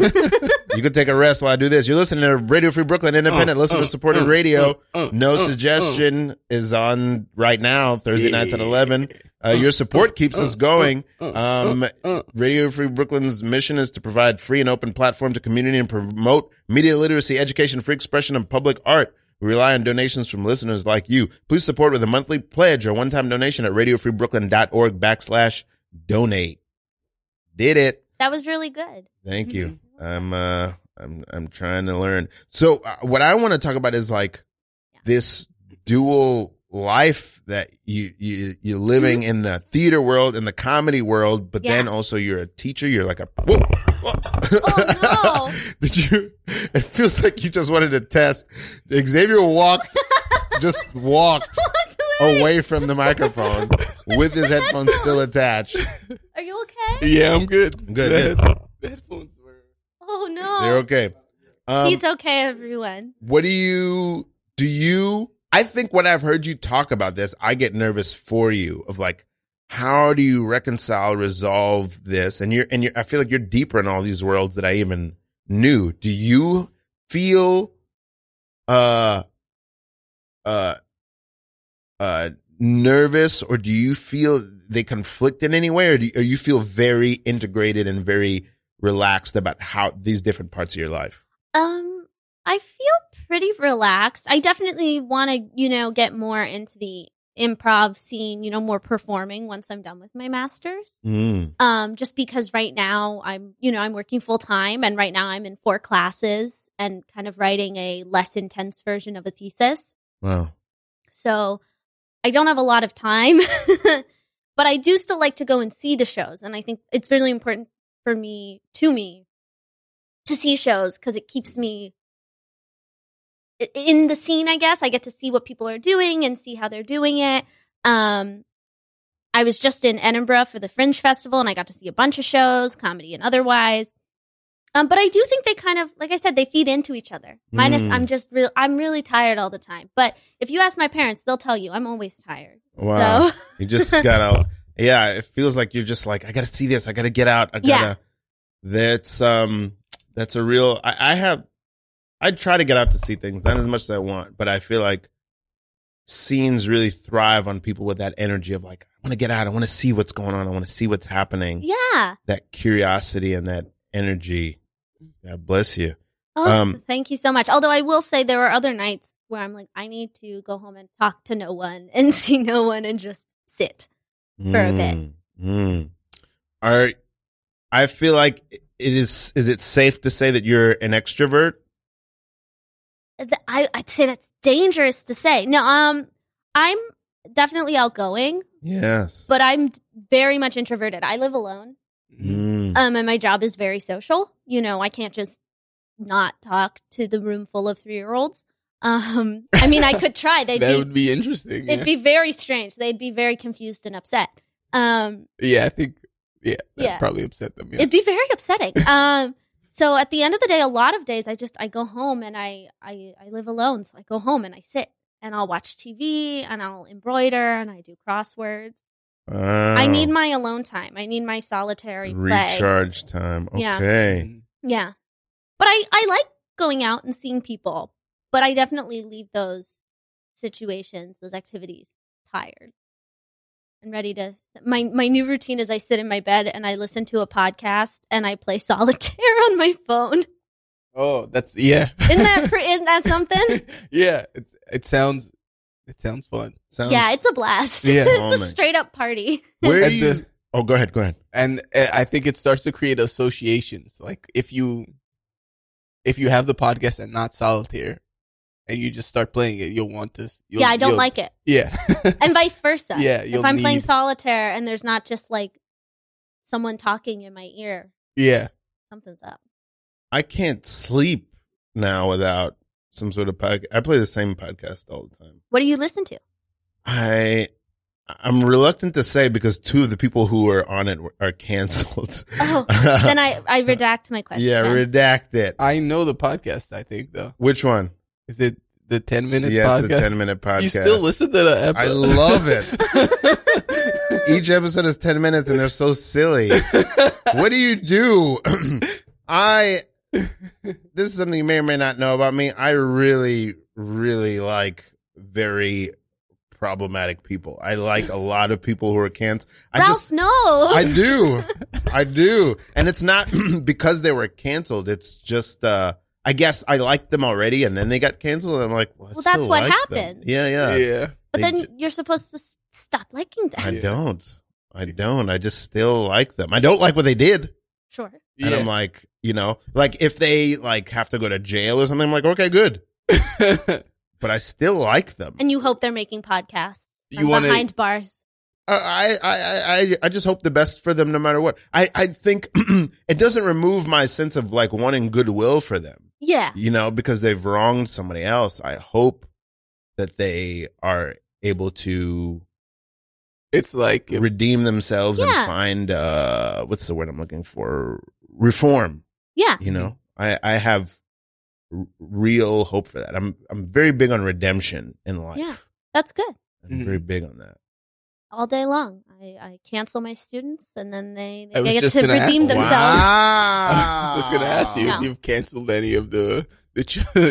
[SPEAKER 2] you could take a rest while I do this. You're listening to Radio Free Brooklyn
[SPEAKER 4] Oh,
[SPEAKER 2] Independent listener supported radio. No suggestion is on right now Thursday nights at 11. Uh, your support keeps us going.
[SPEAKER 4] oh,
[SPEAKER 2] Um, Radio Free Brooklyn's mission is to provide free and open platform to community and promote media literacy, education, free expression, and public art. We rely on donations from listeners like you. Please support with a monthly pledge or one-time donation at radiofreebrooklyn.org backslash donate. Did it.
[SPEAKER 3] That was really good.
[SPEAKER 2] Thank you.
[SPEAKER 3] Mm-hmm.
[SPEAKER 2] I'm, uh, I'm, I'm trying to learn. So uh, what I want to talk about is like this dual life that you, you, you're living in the theater world, in the comedy world, but then
[SPEAKER 3] Mm-hmm. Yeah.
[SPEAKER 2] also you're a teacher. You're like a, whoa, whoa.
[SPEAKER 3] Oh,
[SPEAKER 2] Did you, it feels like you just wanted to test. Xavier walked, just walked
[SPEAKER 4] Oh,
[SPEAKER 2] away from the microphone with his headphones still attached.
[SPEAKER 3] Are you okay?
[SPEAKER 4] Yeah, I'm good.
[SPEAKER 2] Good,
[SPEAKER 4] The- the headphones were-
[SPEAKER 3] Oh no.
[SPEAKER 2] They're okay. Um,
[SPEAKER 3] He's okay, everyone.
[SPEAKER 2] What do you do you I think when I've heard you talk about this, I get nervous for you of like how do you reconcile resolve this and you're and you're I feel like you're deeper in all these worlds that I even knew. Do you feel uh uh uh nervous or do you feel they conflict in any way or do you, or you feel very integrated and very relaxed about how these different parts of your life?
[SPEAKER 3] Um, I feel pretty relaxed. I definitely want to, you know, get more into the improv scene, you know, more performing once I'm done with my masters.
[SPEAKER 2] Mm.
[SPEAKER 3] um just because right now i'm you know i'm working full time and right now i'm in four classes and kind of writing a less intense version of a thesis
[SPEAKER 2] Wow.
[SPEAKER 3] so i don't have a lot of time but i do still like to go and see the shows and i think it's really important for me to me to see shows because it keeps me i- in the scene i guess i get to see what people are doing and see how they're doing it um i was just in edinburgh for the fringe festival and i got to see a bunch of shows comedy and otherwise um but i do think they kind of like i said they feed into each other minus
[SPEAKER 2] Mm.
[SPEAKER 3] i'm just real i'm really tired all the time but if you ask my parents they'll tell you i'm always tired
[SPEAKER 2] Wow.
[SPEAKER 3] so
[SPEAKER 2] You just gotta Yeah, it feels like you're just like, I gotta see this, I gotta get out, I gotta
[SPEAKER 3] Yeah.
[SPEAKER 2] that's um that's a real I, I have I try to get out to see things, not as much as I want, but I feel like scenes really thrive on people with that energy of like, I wanna get out, I wanna see what's going on, I wanna see what's happening.
[SPEAKER 3] yeah
[SPEAKER 2] That curiosity and that energy. God bless you.
[SPEAKER 3] Oh,
[SPEAKER 2] Um,
[SPEAKER 3] thank you so much. Although I will say there are other nights where I'm like, I need to go home and talk to no one and see no one and just sit. For a bit.
[SPEAKER 2] Mm. Are I feel like it is is it safe to say that you're an extrovert?
[SPEAKER 3] Th- I, I'd say that's dangerous to say. No, um, I'm definitely outgoing,
[SPEAKER 2] Yes.
[SPEAKER 3] but I'm d- very much introverted. I live alone.
[SPEAKER 2] Mm.
[SPEAKER 3] Um, and my job is very social. You know, I can't just not talk to the room full of three year olds. Um, I mean, I could try. They'd
[SPEAKER 4] that
[SPEAKER 3] be,
[SPEAKER 4] would be interesting.
[SPEAKER 3] it'd
[SPEAKER 4] Yeah.
[SPEAKER 3] be very strange. They'd be very confused and upset. Um,
[SPEAKER 4] yeah, I think. Yeah, that
[SPEAKER 3] Yeah.
[SPEAKER 4] probably upset them. Yeah.
[SPEAKER 3] It'd be very upsetting. Um, So at the end of the day, a lot of days I just I go home and I I, I live alone. So I go home and I sit and I'll watch TV and I'll embroider and I do crosswords. uh, I need my alone time. I need my solitary play.
[SPEAKER 2] Oh. recharge time.
[SPEAKER 3] Yeah.
[SPEAKER 2] Okay.
[SPEAKER 3] Yeah. But I I like going out and seeing people, but I definitely leave those situations, those activities tired. And ready to my my new routine is I sit in my bed and I listen to a podcast and I play solitaire on my phone.
[SPEAKER 4] Oh, that's yeah.
[SPEAKER 3] Isn't that pre- isn't that something?
[SPEAKER 4] yeah, it's it sounds it sounds fun.
[SPEAKER 2] Sounds,
[SPEAKER 3] yeah, it's a blast.
[SPEAKER 4] Yeah.
[SPEAKER 3] it's
[SPEAKER 2] Moment.
[SPEAKER 3] a straight up party.
[SPEAKER 2] where
[SPEAKER 4] And
[SPEAKER 2] do you,
[SPEAKER 4] the-
[SPEAKER 2] Oh, go ahead. Go ahead.
[SPEAKER 4] and uh, I think it starts to create associations. Like if you if you have the podcast and not solitaire, and you just start playing it, you'll want to. You'll,
[SPEAKER 3] yeah, I don't
[SPEAKER 4] you'll-
[SPEAKER 3] like it,
[SPEAKER 4] Yeah,
[SPEAKER 3] and vice versa.
[SPEAKER 4] Yeah,
[SPEAKER 3] if
[SPEAKER 4] you'll
[SPEAKER 3] I'm playing
[SPEAKER 4] need-
[SPEAKER 3] solitaire and there's not just like someone talking in my ear,
[SPEAKER 4] yeah.
[SPEAKER 3] something's up.
[SPEAKER 2] I can't sleep now without some sort of podcast. I play the same podcast all the time.
[SPEAKER 3] What do you listen to?
[SPEAKER 2] I I'm reluctant to say because two of the people who are on it are canceled.
[SPEAKER 3] Oh, then I I redact my question. Uh,
[SPEAKER 2] yeah, redact it.
[SPEAKER 4] I know the podcast. I think though,
[SPEAKER 2] Which one?
[SPEAKER 4] is it the ten minute
[SPEAKER 2] Yeah,
[SPEAKER 4] podcast?
[SPEAKER 2] it's a 10 minute podcast.
[SPEAKER 4] You still listen to the episode?
[SPEAKER 2] I love it. Each episode is 10 minutes and they're so silly. what do you do? I this is something you may or may not know about me. I really, really like very problematic people. I like a lot of people who are cans. I
[SPEAKER 3] Ralph,
[SPEAKER 2] just
[SPEAKER 3] no.
[SPEAKER 2] I do. I do. And it's not because they were canceled. It's just uh I guess I liked them already and then they got canceled and I'm like, well, I
[SPEAKER 3] Well, that's
[SPEAKER 2] still
[SPEAKER 3] what
[SPEAKER 2] like them.
[SPEAKER 3] happens.
[SPEAKER 2] Yeah, yeah.
[SPEAKER 4] yeah.
[SPEAKER 3] but
[SPEAKER 2] They
[SPEAKER 3] then
[SPEAKER 2] ju-
[SPEAKER 3] you're supposed to s- stop liking them.
[SPEAKER 2] I
[SPEAKER 4] Yeah.
[SPEAKER 2] don't. I don't. I just still like them. I don't like what they did.
[SPEAKER 3] sure.
[SPEAKER 4] yeah.
[SPEAKER 2] And I'm like, you know, like if they like have to go to jail or something, I'm like, okay, good. But I still like them.
[SPEAKER 3] And you hope they're making podcasts.
[SPEAKER 4] You
[SPEAKER 3] from
[SPEAKER 4] wanna-
[SPEAKER 3] behind bars.
[SPEAKER 2] I, I, I, I- I just hope the best for them no matter what. I, I think it doesn't remove my sense of like wanting goodwill for them,
[SPEAKER 3] Yeah.
[SPEAKER 2] you know, because they've wronged somebody else. I hope that they are able to
[SPEAKER 4] it's like if-
[SPEAKER 2] redeem themselves
[SPEAKER 3] Yeah.
[SPEAKER 2] and find, uh, what's the word I'm looking for? Reform.
[SPEAKER 3] Yeah.
[SPEAKER 2] you know i i have r- real hope for that i'm i'm very big on redemption in life
[SPEAKER 3] Yeah. That's good.
[SPEAKER 2] i'm
[SPEAKER 4] Mhm.
[SPEAKER 2] very big on that
[SPEAKER 3] All day long. I, I cancel my students and then they, they
[SPEAKER 4] I was
[SPEAKER 3] get
[SPEAKER 4] just
[SPEAKER 3] to
[SPEAKER 4] gonna ask
[SPEAKER 3] redeem
[SPEAKER 4] you.
[SPEAKER 3] themselves.
[SPEAKER 4] I was just gonna ask you
[SPEAKER 3] No.
[SPEAKER 4] if you've canceled any of the the. ch-
[SPEAKER 3] No,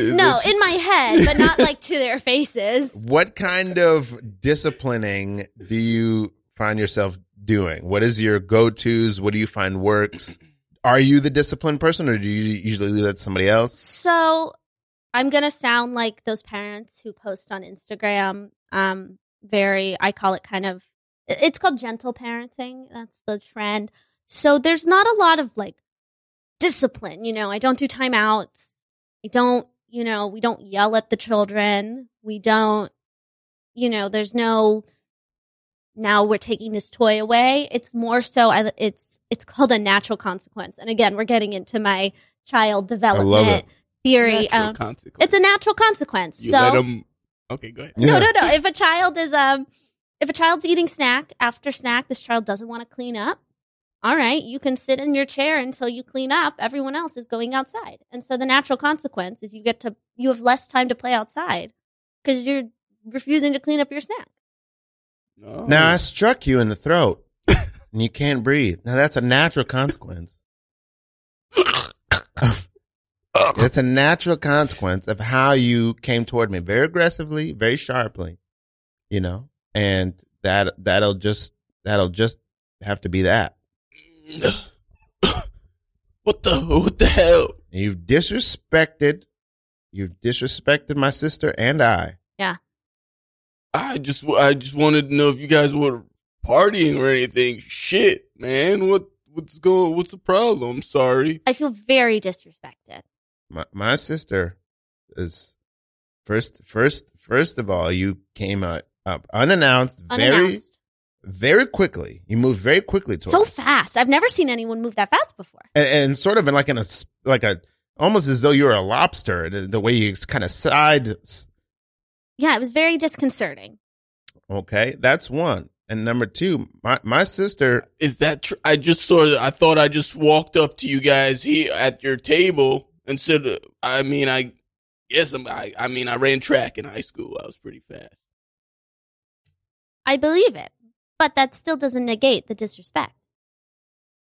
[SPEAKER 4] the
[SPEAKER 3] in my head, but not like to their faces.
[SPEAKER 2] what kind of disciplining do you find yourself doing what is your go-to's what do you find works are you the disciplined person or do you usually leave that to somebody else
[SPEAKER 3] So I'm going to sound like those parents who post on Instagram. Um, very, I call it kind of, it- it's called gentle parenting. That's the trend. So there's not a lot of like discipline. You know, I don't do timeouts. I don't, you know, we don't yell at the children. We don't, you know, there's no, now we're taking this toy away. It's more so, I, it's, it's called a natural consequence. And again, we're getting into my child development theory.
[SPEAKER 4] natural
[SPEAKER 3] Um,
[SPEAKER 4] consequence.
[SPEAKER 3] it's a natural consequence.
[SPEAKER 4] You
[SPEAKER 3] so
[SPEAKER 4] let 'em- Okay, go ahead.
[SPEAKER 2] Yeah.
[SPEAKER 3] no, no, no. If a child is um, if a child's eating snack after snack, this child doesn't want to clean up. All right, you can sit in your chair until you clean up. Everyone else is going outside, and so the natural consequence is you get to you have less time to play outside because you're refusing to clean up your snack.
[SPEAKER 4] No.
[SPEAKER 2] now
[SPEAKER 3] Oh.
[SPEAKER 2] i struck you in the throat and you can't breathe now that's a natural consequence
[SPEAKER 4] Uh,
[SPEAKER 2] It's a natural consequence of how you came toward me very aggressively, very sharply, you know, and that that'll just that'll just have to be that.
[SPEAKER 4] what the what the hell?
[SPEAKER 2] You've disrespected, you've disrespected my sister and I.
[SPEAKER 4] I just I just wanted to know if you guys were partying or anything. Shit, man. What what's going? What's the problem? I'm sorry.
[SPEAKER 3] I feel very disrespected.
[SPEAKER 2] My, my sister is first, first, first of all, you came out, up unannounced, very,
[SPEAKER 3] Unannounced,
[SPEAKER 2] very quickly. You moved very quickly towards
[SPEAKER 3] so
[SPEAKER 2] us.
[SPEAKER 3] fast. I've never seen anyone move that fast before.
[SPEAKER 2] and, and sort of in like in a s- like a almost as though you were a lobster the, the way you kind of side s-
[SPEAKER 3] Yeah, it was very disconcerting.
[SPEAKER 2] okay that's one And number two, my, my sister,
[SPEAKER 4] Is that tr- I just saw that I thought I just walked up to you guys here at your table and said uh, I mean I yes I'm, I I mean I ran track in high school. I was pretty fast.
[SPEAKER 3] I believe it, but that still doesn't negate the disrespect.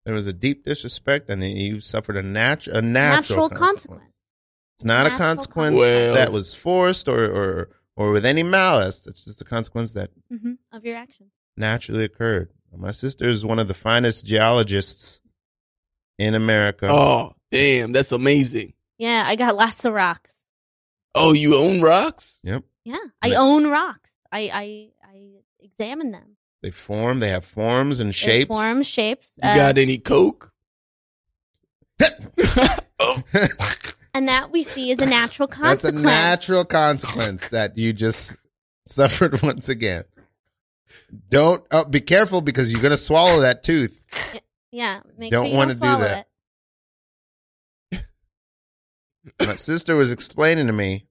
[SPEAKER 2] there was a deep disrespect, and you suffered a, natu- a natural,
[SPEAKER 3] Natural,
[SPEAKER 2] consequence.
[SPEAKER 3] consequence.
[SPEAKER 2] It's not a
[SPEAKER 3] Natural
[SPEAKER 2] consequence
[SPEAKER 4] consequence.
[SPEAKER 2] that was forced or, or or with any malice. It's just a consequence that
[SPEAKER 3] hmm of your actions.
[SPEAKER 2] naturally occurred. My sister is one of the finest geologists in America.
[SPEAKER 4] Oh damn, that's amazing.
[SPEAKER 3] Yeah, I got lots of rocks.
[SPEAKER 4] Oh, you own rocks?
[SPEAKER 2] Yep.
[SPEAKER 3] Yeah, I
[SPEAKER 2] Right.
[SPEAKER 3] own rocks. I I I examine them.
[SPEAKER 2] They form. They have forms and
[SPEAKER 3] Their
[SPEAKER 2] shapes.
[SPEAKER 3] forms, shapes.
[SPEAKER 4] You
[SPEAKER 3] uh,
[SPEAKER 4] got any coke? oh,
[SPEAKER 3] and that we see is a natural
[SPEAKER 2] That's a
[SPEAKER 3] consequence.
[SPEAKER 2] natural consequence that you just suffered once again. Don't oh, be careful because you're gonna swallow that tooth.
[SPEAKER 3] yeah, make
[SPEAKER 2] Don't
[SPEAKER 3] sure you
[SPEAKER 2] wanna do
[SPEAKER 3] swallow
[SPEAKER 2] that.
[SPEAKER 3] it.
[SPEAKER 2] My sister was explaining to me.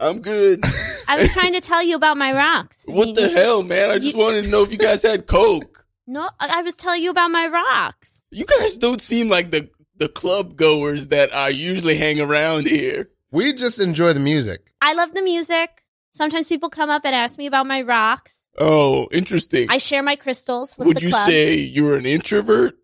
[SPEAKER 4] I'm good.
[SPEAKER 3] I was trying to tell you about my rocks. and
[SPEAKER 4] What
[SPEAKER 3] you-
[SPEAKER 4] the hell, man? I just
[SPEAKER 3] You-
[SPEAKER 4] wanted to know if you guys had coke.
[SPEAKER 3] No, I I was telling you about my rocks.
[SPEAKER 4] You guys don't seem like the the club goers that I usually hang around here.
[SPEAKER 2] We just enjoy the music.
[SPEAKER 3] I love the music. Sometimes people come up and ask me about my rocks.
[SPEAKER 4] Oh, interesting.
[SPEAKER 3] I share my crystals with
[SPEAKER 4] Would
[SPEAKER 3] the
[SPEAKER 4] you
[SPEAKER 3] club.
[SPEAKER 4] say you're an introvert?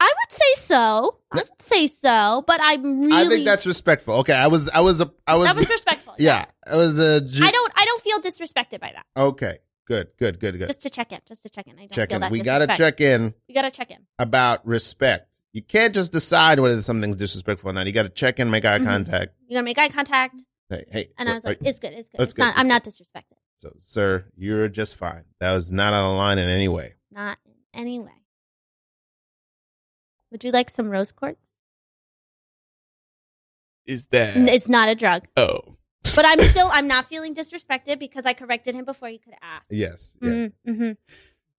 [SPEAKER 3] I would say so. I would say so, but I'm really
[SPEAKER 2] I think that's respectful. Okay, I was, I was, a, I was,
[SPEAKER 3] that was respectful.
[SPEAKER 2] yeah, I was a. Ju-
[SPEAKER 3] I don't I don't feel disrespected by that.
[SPEAKER 2] okay, good, good, good, good.
[SPEAKER 3] Just to check in, just to check in. I don't
[SPEAKER 2] check
[SPEAKER 3] feel
[SPEAKER 2] in.
[SPEAKER 3] that
[SPEAKER 2] We gotta
[SPEAKER 3] disrespect.
[SPEAKER 2] check in.
[SPEAKER 3] We gotta check in.
[SPEAKER 2] about respect. You can't just decide whether something's disrespectful or not. You got to check in, make eye
[SPEAKER 3] Mhm.
[SPEAKER 2] contact.
[SPEAKER 3] You gotta make eye contact,
[SPEAKER 2] Hey, hey.
[SPEAKER 3] and I was like,
[SPEAKER 2] right.
[SPEAKER 3] "It's good, it's good.
[SPEAKER 2] That's
[SPEAKER 3] It's not,
[SPEAKER 2] good,
[SPEAKER 3] I'm not
[SPEAKER 2] that's
[SPEAKER 3] disrespected.
[SPEAKER 2] so, sir, you're just fine. That was not out of line in any way.
[SPEAKER 3] Not in any way." Would you like some rose quartz?
[SPEAKER 4] Is that
[SPEAKER 3] N- It's not a drug,
[SPEAKER 4] oh?
[SPEAKER 3] but I'm still I'm not feeling disrespected because I corrected him before he could ask.
[SPEAKER 2] Yes. Yeah.
[SPEAKER 3] Mm, mhm.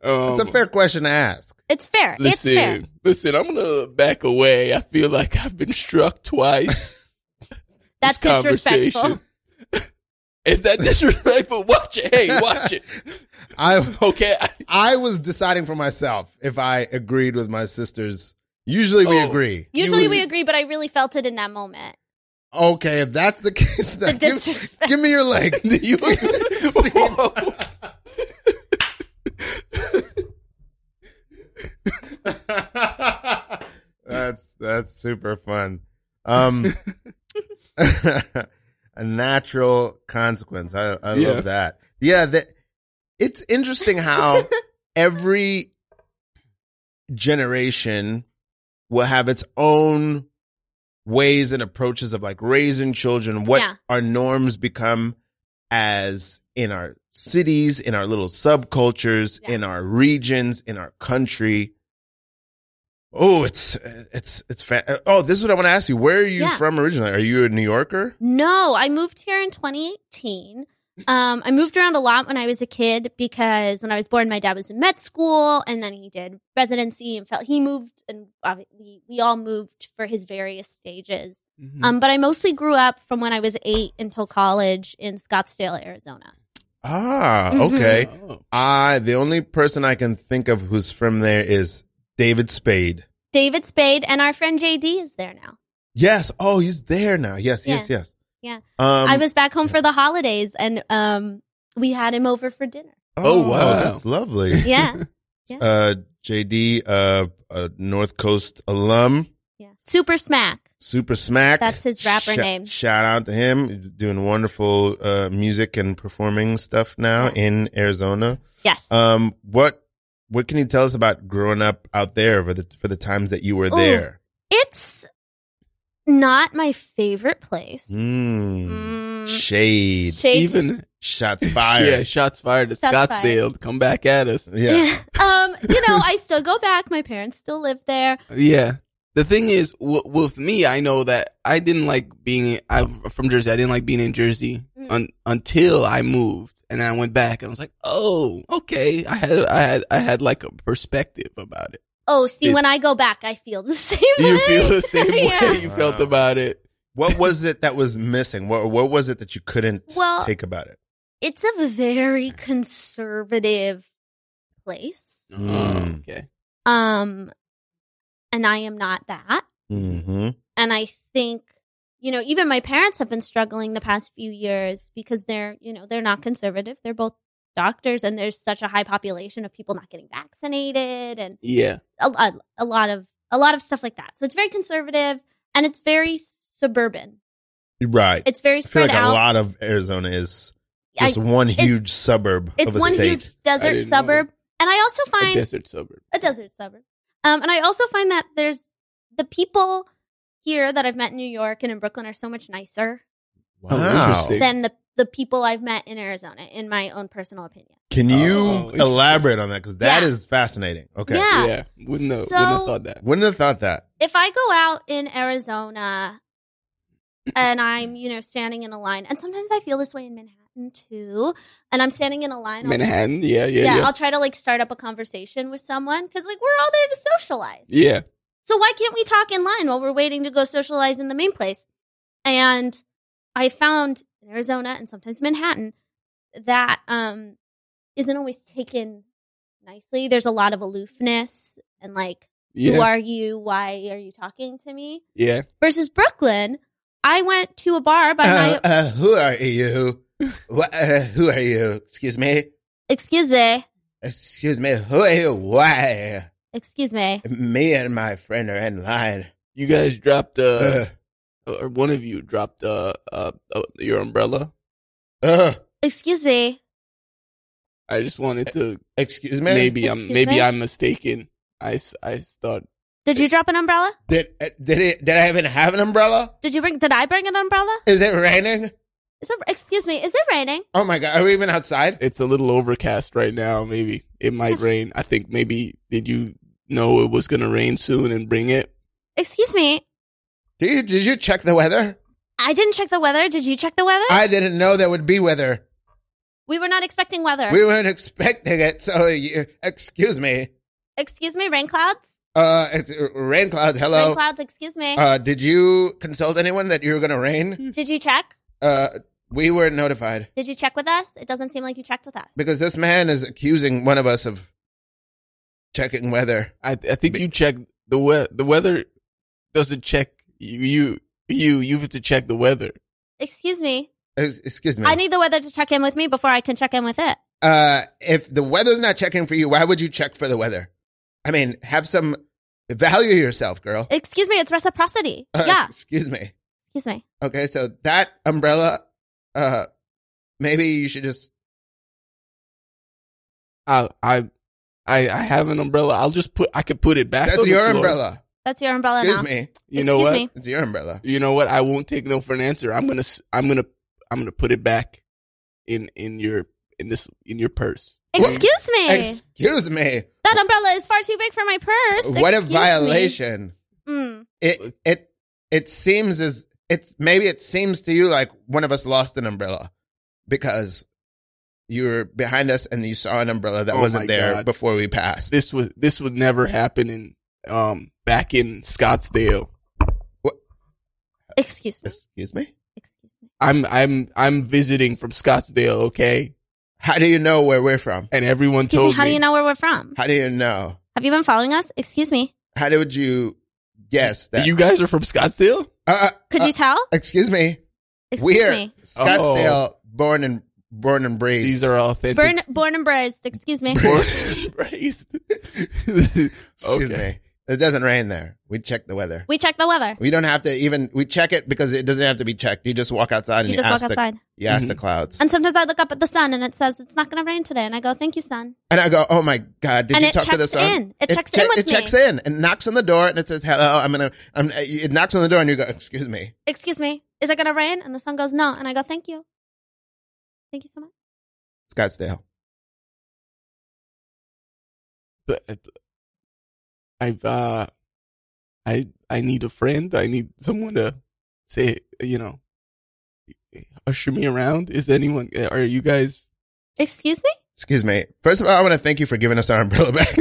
[SPEAKER 4] Um,
[SPEAKER 2] It's a fair question to ask.
[SPEAKER 3] It's fair. it's
[SPEAKER 4] Listen,
[SPEAKER 3] fair.
[SPEAKER 4] listen. I'm gonna back away. I feel like I've been struck twice.
[SPEAKER 3] That's
[SPEAKER 4] this
[SPEAKER 3] disrespectful.
[SPEAKER 4] conversation. Is that disrespectful? Watch it. Hey, watch it.
[SPEAKER 2] I
[SPEAKER 4] Okay. I-
[SPEAKER 2] I was deciding for myself if I agreed with my sisters. Usually we
[SPEAKER 4] Oh.
[SPEAKER 2] agree.
[SPEAKER 3] Usually
[SPEAKER 4] You-
[SPEAKER 3] we agree, but I really felt it in that moment.
[SPEAKER 2] Okay, if that's the case,
[SPEAKER 3] The
[SPEAKER 2] then give,
[SPEAKER 3] disrespect.
[SPEAKER 2] give me your leg.
[SPEAKER 4] you-
[SPEAKER 2] See?
[SPEAKER 4] Whoa.
[SPEAKER 2] that's that's super fun. Um, a natural consequence. I, I
[SPEAKER 4] Yeah.
[SPEAKER 2] love that. Yeah, that it's interesting how every generation will have its own ways and approaches of like raising children. What
[SPEAKER 3] Yeah.
[SPEAKER 2] our norms become as in our cities, in our little subcultures,
[SPEAKER 3] Yeah.
[SPEAKER 2] in our regions, in our country. Oh, it's it's it's fa- oh, this is what I want to ask you. Where are you
[SPEAKER 3] Yeah.
[SPEAKER 2] from originally? Are you a New Yorker?
[SPEAKER 3] No, I moved here in 2018. Um, I moved around a lot when I was a kid because when I was born, my dad was in med school, and then he did residency and felt he moved, and obvi- we we all moved for his various stages. Um, but I mostly grew up from when I was eight until college in Scottsdale, Arizona.
[SPEAKER 2] Ah,
[SPEAKER 3] Mhm.
[SPEAKER 2] okay.
[SPEAKER 4] Oh.
[SPEAKER 2] I the only person I can think of who's from there is David Spade.
[SPEAKER 3] David Spade and our friend JD is there now.
[SPEAKER 2] Yes. Oh, he's there now. Yes,
[SPEAKER 3] Yeah.
[SPEAKER 2] yes, yes.
[SPEAKER 3] Yeah.
[SPEAKER 2] Um,
[SPEAKER 3] I was back home for the holidays, and um, we had him over for dinner.
[SPEAKER 2] Oh,
[SPEAKER 4] Oh,
[SPEAKER 2] wow,
[SPEAKER 4] wow.
[SPEAKER 2] that's lovely.
[SPEAKER 3] Yeah,
[SPEAKER 2] Uh, JD, uh, a North Coast alum,
[SPEAKER 3] yeah. Super smack.
[SPEAKER 2] Super Smack.
[SPEAKER 3] That's his rapper
[SPEAKER 2] Sh-
[SPEAKER 3] name.
[SPEAKER 2] Shout out to him, doing wonderful uh, music and performing stuff now
[SPEAKER 3] Yeah.
[SPEAKER 2] in Arizona.
[SPEAKER 3] Yes.
[SPEAKER 2] Um, what what can you tell us about growing up out there for the for the times that you were
[SPEAKER 3] Ooh.
[SPEAKER 2] there?
[SPEAKER 3] It's not my favorite place.
[SPEAKER 2] Mm.
[SPEAKER 3] Mm,
[SPEAKER 2] Shade,
[SPEAKER 3] shade.
[SPEAKER 4] Even
[SPEAKER 2] shots fired.
[SPEAKER 4] Yeah, shots fired at
[SPEAKER 3] Shots
[SPEAKER 4] Scottsdale. Come back at us.
[SPEAKER 2] yeah.
[SPEAKER 3] um, you know, I still go back. My parents still live there.
[SPEAKER 4] Yeah. The thing is, w- with me, I know that I didn't like being. I'm from Jersey. I didn't like being in Jersey
[SPEAKER 3] Mm.
[SPEAKER 4] un- until I moved, and I went back, and I was like, "Oh, okay." I had, I had, I had like a perspective about it.
[SPEAKER 3] Oh, see,
[SPEAKER 4] It-
[SPEAKER 3] when I go back, I feel the same
[SPEAKER 4] Do
[SPEAKER 3] way.
[SPEAKER 4] you feel the same way
[SPEAKER 3] Yeah.
[SPEAKER 4] you felt
[SPEAKER 2] Wow.
[SPEAKER 4] about it?
[SPEAKER 2] What was it that was missing? What what was it that you couldn't
[SPEAKER 3] Well-
[SPEAKER 2] take about it?
[SPEAKER 3] It's a very conservative place.
[SPEAKER 4] Oh,
[SPEAKER 2] Mm.
[SPEAKER 4] okay.
[SPEAKER 3] Um, and I am not that.
[SPEAKER 2] Mm-hmm.
[SPEAKER 3] And I think, you know, even my parents have been struggling the past few years because they're, you know, they're not conservative. They're both doctors and there's such a high population of people not getting vaccinated and
[SPEAKER 4] Yeah.
[SPEAKER 3] a, a, a lot of a lot of stuff like that. So it's very conservative and it's very suburban.
[SPEAKER 2] Right.
[SPEAKER 3] It's very
[SPEAKER 2] I feel
[SPEAKER 3] spread
[SPEAKER 2] like
[SPEAKER 3] out.
[SPEAKER 2] a lot of Arizona is
[SPEAKER 3] I-
[SPEAKER 2] just one huge suburb
[SPEAKER 3] it's
[SPEAKER 2] of a
[SPEAKER 3] one
[SPEAKER 2] state.
[SPEAKER 3] huge
[SPEAKER 4] I
[SPEAKER 3] desert
[SPEAKER 4] didn't know.
[SPEAKER 3] suburb. And I also
[SPEAKER 4] A
[SPEAKER 3] find
[SPEAKER 4] desert suburb.
[SPEAKER 3] a desert suburb. Um, and I also find that there's the people here that I've met in New York and in Brooklyn are so much nicer
[SPEAKER 4] Wow. interesting.
[SPEAKER 3] than the the people I've met in Arizona, in my own personal opinion.
[SPEAKER 2] Can you
[SPEAKER 4] Oh, interesting.
[SPEAKER 2] elaborate on that? Because that
[SPEAKER 3] Yeah.
[SPEAKER 2] is fascinating. Okay.
[SPEAKER 3] Yeah.
[SPEAKER 4] Yeah. Wouldn't have, wouldn't have
[SPEAKER 3] So-
[SPEAKER 4] thought that.
[SPEAKER 2] Wouldn't have thought that.
[SPEAKER 3] If I go out in Arizona and I'm, you know, standing in a line, and sometimes I feel this way in Manhattan too, and I'm standing in a line. I'll-
[SPEAKER 4] Manhattan.
[SPEAKER 3] yeah,
[SPEAKER 4] Yeah. Yeah. Yeah. Yeah.
[SPEAKER 3] I'll try to like start up a conversation with someone because like we're all there to socialize.
[SPEAKER 4] yeah.
[SPEAKER 3] So why can't we talk in line while we're waiting to go socialize in the main place? And I found in Arizona and sometimes Manhattan that um isn't always taken nicely. There's a lot of aloofness and like, who are you? Why are you talking to me?
[SPEAKER 4] Yeah.
[SPEAKER 3] Versus Brooklyn, I went to a bar by
[SPEAKER 2] Uh,
[SPEAKER 3] my
[SPEAKER 2] uh, who are you? What, uh, who are you? Excuse me.
[SPEAKER 3] excuse me,
[SPEAKER 2] Excuse me. Who are you? Why?
[SPEAKER 3] excuse me.
[SPEAKER 2] Me and my friend are in line.
[SPEAKER 4] You guys dropped uh,
[SPEAKER 2] Ugh.
[SPEAKER 4] or one of you dropped uh, uh uh, your umbrella.
[SPEAKER 2] Ugh.
[SPEAKER 3] Excuse me.
[SPEAKER 4] I just wanted to
[SPEAKER 2] excuse me.
[SPEAKER 4] maybe I'm
[SPEAKER 3] Excuse
[SPEAKER 4] maybe
[SPEAKER 3] me?
[SPEAKER 4] I'm mistaken. I s- I thought
[SPEAKER 3] Did you drop an umbrella?
[SPEAKER 2] Did uh, did it? Did I even have an umbrella?
[SPEAKER 3] Did you bring did I bring an umbrella?
[SPEAKER 2] Is it raining?
[SPEAKER 3] Is it excuse me, is it raining?
[SPEAKER 2] Oh my god! Are we even outside?
[SPEAKER 4] it's a little overcast right now. Maybe it might rain. I think maybe did you know it was gonna rain soon and bring it?
[SPEAKER 3] Excuse me.
[SPEAKER 2] Did you, did you check the weather?
[SPEAKER 3] I didn't check the weather. Did you check the weather?
[SPEAKER 2] I didn't know there would be weather.
[SPEAKER 3] we were not expecting weather.
[SPEAKER 2] We weren't expecting it. So you, excuse me.
[SPEAKER 3] excuse me, rain clouds?
[SPEAKER 2] Uh, it's, uh, rain clouds.
[SPEAKER 3] Rain
[SPEAKER 2] Hello.
[SPEAKER 3] clouds, excuse me.
[SPEAKER 2] Uh, did you consult anyone that you were gonna rain?
[SPEAKER 3] Did you check?
[SPEAKER 2] Uh, we were notified
[SPEAKER 3] Did you check with us? It doesn't seem like you checked with us.
[SPEAKER 2] because this man is accusing one of us of checking weather.
[SPEAKER 4] I I think you check the we- the weather doesn't check you you you you have to check the weather.
[SPEAKER 3] Excuse me.
[SPEAKER 2] Ex- Excuse me.
[SPEAKER 3] I need the weather to check in with me before I can check in with it.
[SPEAKER 2] uh, if the weather's not checking for you, why would you check for the weather? I mean, have some value yourself, girl.
[SPEAKER 3] Excuse me, it's reciprocity.
[SPEAKER 2] Uh,
[SPEAKER 3] yeah.
[SPEAKER 2] Excuse me.
[SPEAKER 3] Excuse me.
[SPEAKER 2] Okay, so that umbrella, uh, maybe you should just.
[SPEAKER 4] I I I, I have an umbrella. I'll just put I could put it back.
[SPEAKER 2] That's
[SPEAKER 4] on the
[SPEAKER 2] your
[SPEAKER 4] floor.
[SPEAKER 2] umbrella.
[SPEAKER 3] That's your umbrella
[SPEAKER 2] Excuse
[SPEAKER 3] now.
[SPEAKER 2] me.
[SPEAKER 4] You know what?
[SPEAKER 3] Excuse me.
[SPEAKER 2] It's your umbrella.
[SPEAKER 4] you know what? I won't take no for an answer. I'm gonna, s- I'm gonna, I'm gonna put it back in in your in this in your purse.
[SPEAKER 3] Excuse me.
[SPEAKER 2] Excuse me.
[SPEAKER 3] that umbrella is far too big for my purse.
[SPEAKER 2] what a
[SPEAKER 3] Excuse me.
[SPEAKER 2] violation!
[SPEAKER 3] Mm.
[SPEAKER 2] It it it seems as it's maybe it seems to you like one of us lost an umbrella because you were behind us and you saw an umbrella that
[SPEAKER 4] Oh
[SPEAKER 2] wasn't
[SPEAKER 4] my
[SPEAKER 2] there
[SPEAKER 4] God.
[SPEAKER 2] before we passed.
[SPEAKER 4] This was this would never happen in um back in Scottsdale.
[SPEAKER 3] Excuse me.
[SPEAKER 2] Excuse me.
[SPEAKER 3] Excuse me.
[SPEAKER 4] I'm I'm I'm visiting from Scottsdale, okay?
[SPEAKER 2] How do you know where we're from?
[SPEAKER 4] And everyone
[SPEAKER 3] Excuse me.
[SPEAKER 4] told
[SPEAKER 3] How
[SPEAKER 4] me
[SPEAKER 3] do you know where we're from?
[SPEAKER 2] How do you know?
[SPEAKER 3] Have you been following us? Excuse me.
[SPEAKER 2] How did you guess that?
[SPEAKER 4] you guys are from Scottsdale.
[SPEAKER 2] uh,
[SPEAKER 3] Could you tell?
[SPEAKER 2] excuse me.
[SPEAKER 3] Excuse
[SPEAKER 2] we're
[SPEAKER 3] me.
[SPEAKER 2] Scottsdale, born and born and raised.
[SPEAKER 4] Oh. These are authentic.
[SPEAKER 3] Born, born and raised. Excuse me.
[SPEAKER 4] Born and raised.
[SPEAKER 2] excuse
[SPEAKER 4] Okay.
[SPEAKER 2] me. It doesn't rain there. We check the weather.
[SPEAKER 3] We check the weather.
[SPEAKER 2] We don't have to even we check it because it doesn't have to be checked. You just walk outside and
[SPEAKER 3] You
[SPEAKER 2] you,
[SPEAKER 3] just walk
[SPEAKER 2] ask the
[SPEAKER 3] outside.
[SPEAKER 2] you ask the clouds.
[SPEAKER 3] And sometimes I look up at the sun and it says it's not going to rain today, and I go, "Thank you, sun."
[SPEAKER 2] And I go, oh my god, did
[SPEAKER 3] and
[SPEAKER 2] you
[SPEAKER 3] it
[SPEAKER 2] talk
[SPEAKER 3] checks
[SPEAKER 2] to the sun?
[SPEAKER 3] in. It, checks
[SPEAKER 2] che-
[SPEAKER 3] in with
[SPEAKER 2] it
[SPEAKER 3] me.
[SPEAKER 2] checks in and knocks on the door and it says hello. I'm gonna. I'm. It knocks on the door and you go, excuse me.
[SPEAKER 3] Excuse me, is it going to rain? And the sun goes, "No," and I go, "Thank you, thank you so much."
[SPEAKER 2] Scottsdale.
[SPEAKER 4] but uh, I've uh, I I need a friend. I need someone to say, you know, usher me around. Is anyone? eh, Are you guys?
[SPEAKER 3] Excuse me.
[SPEAKER 2] Excuse me. First of all, I want to thank you for giving us our umbrella back.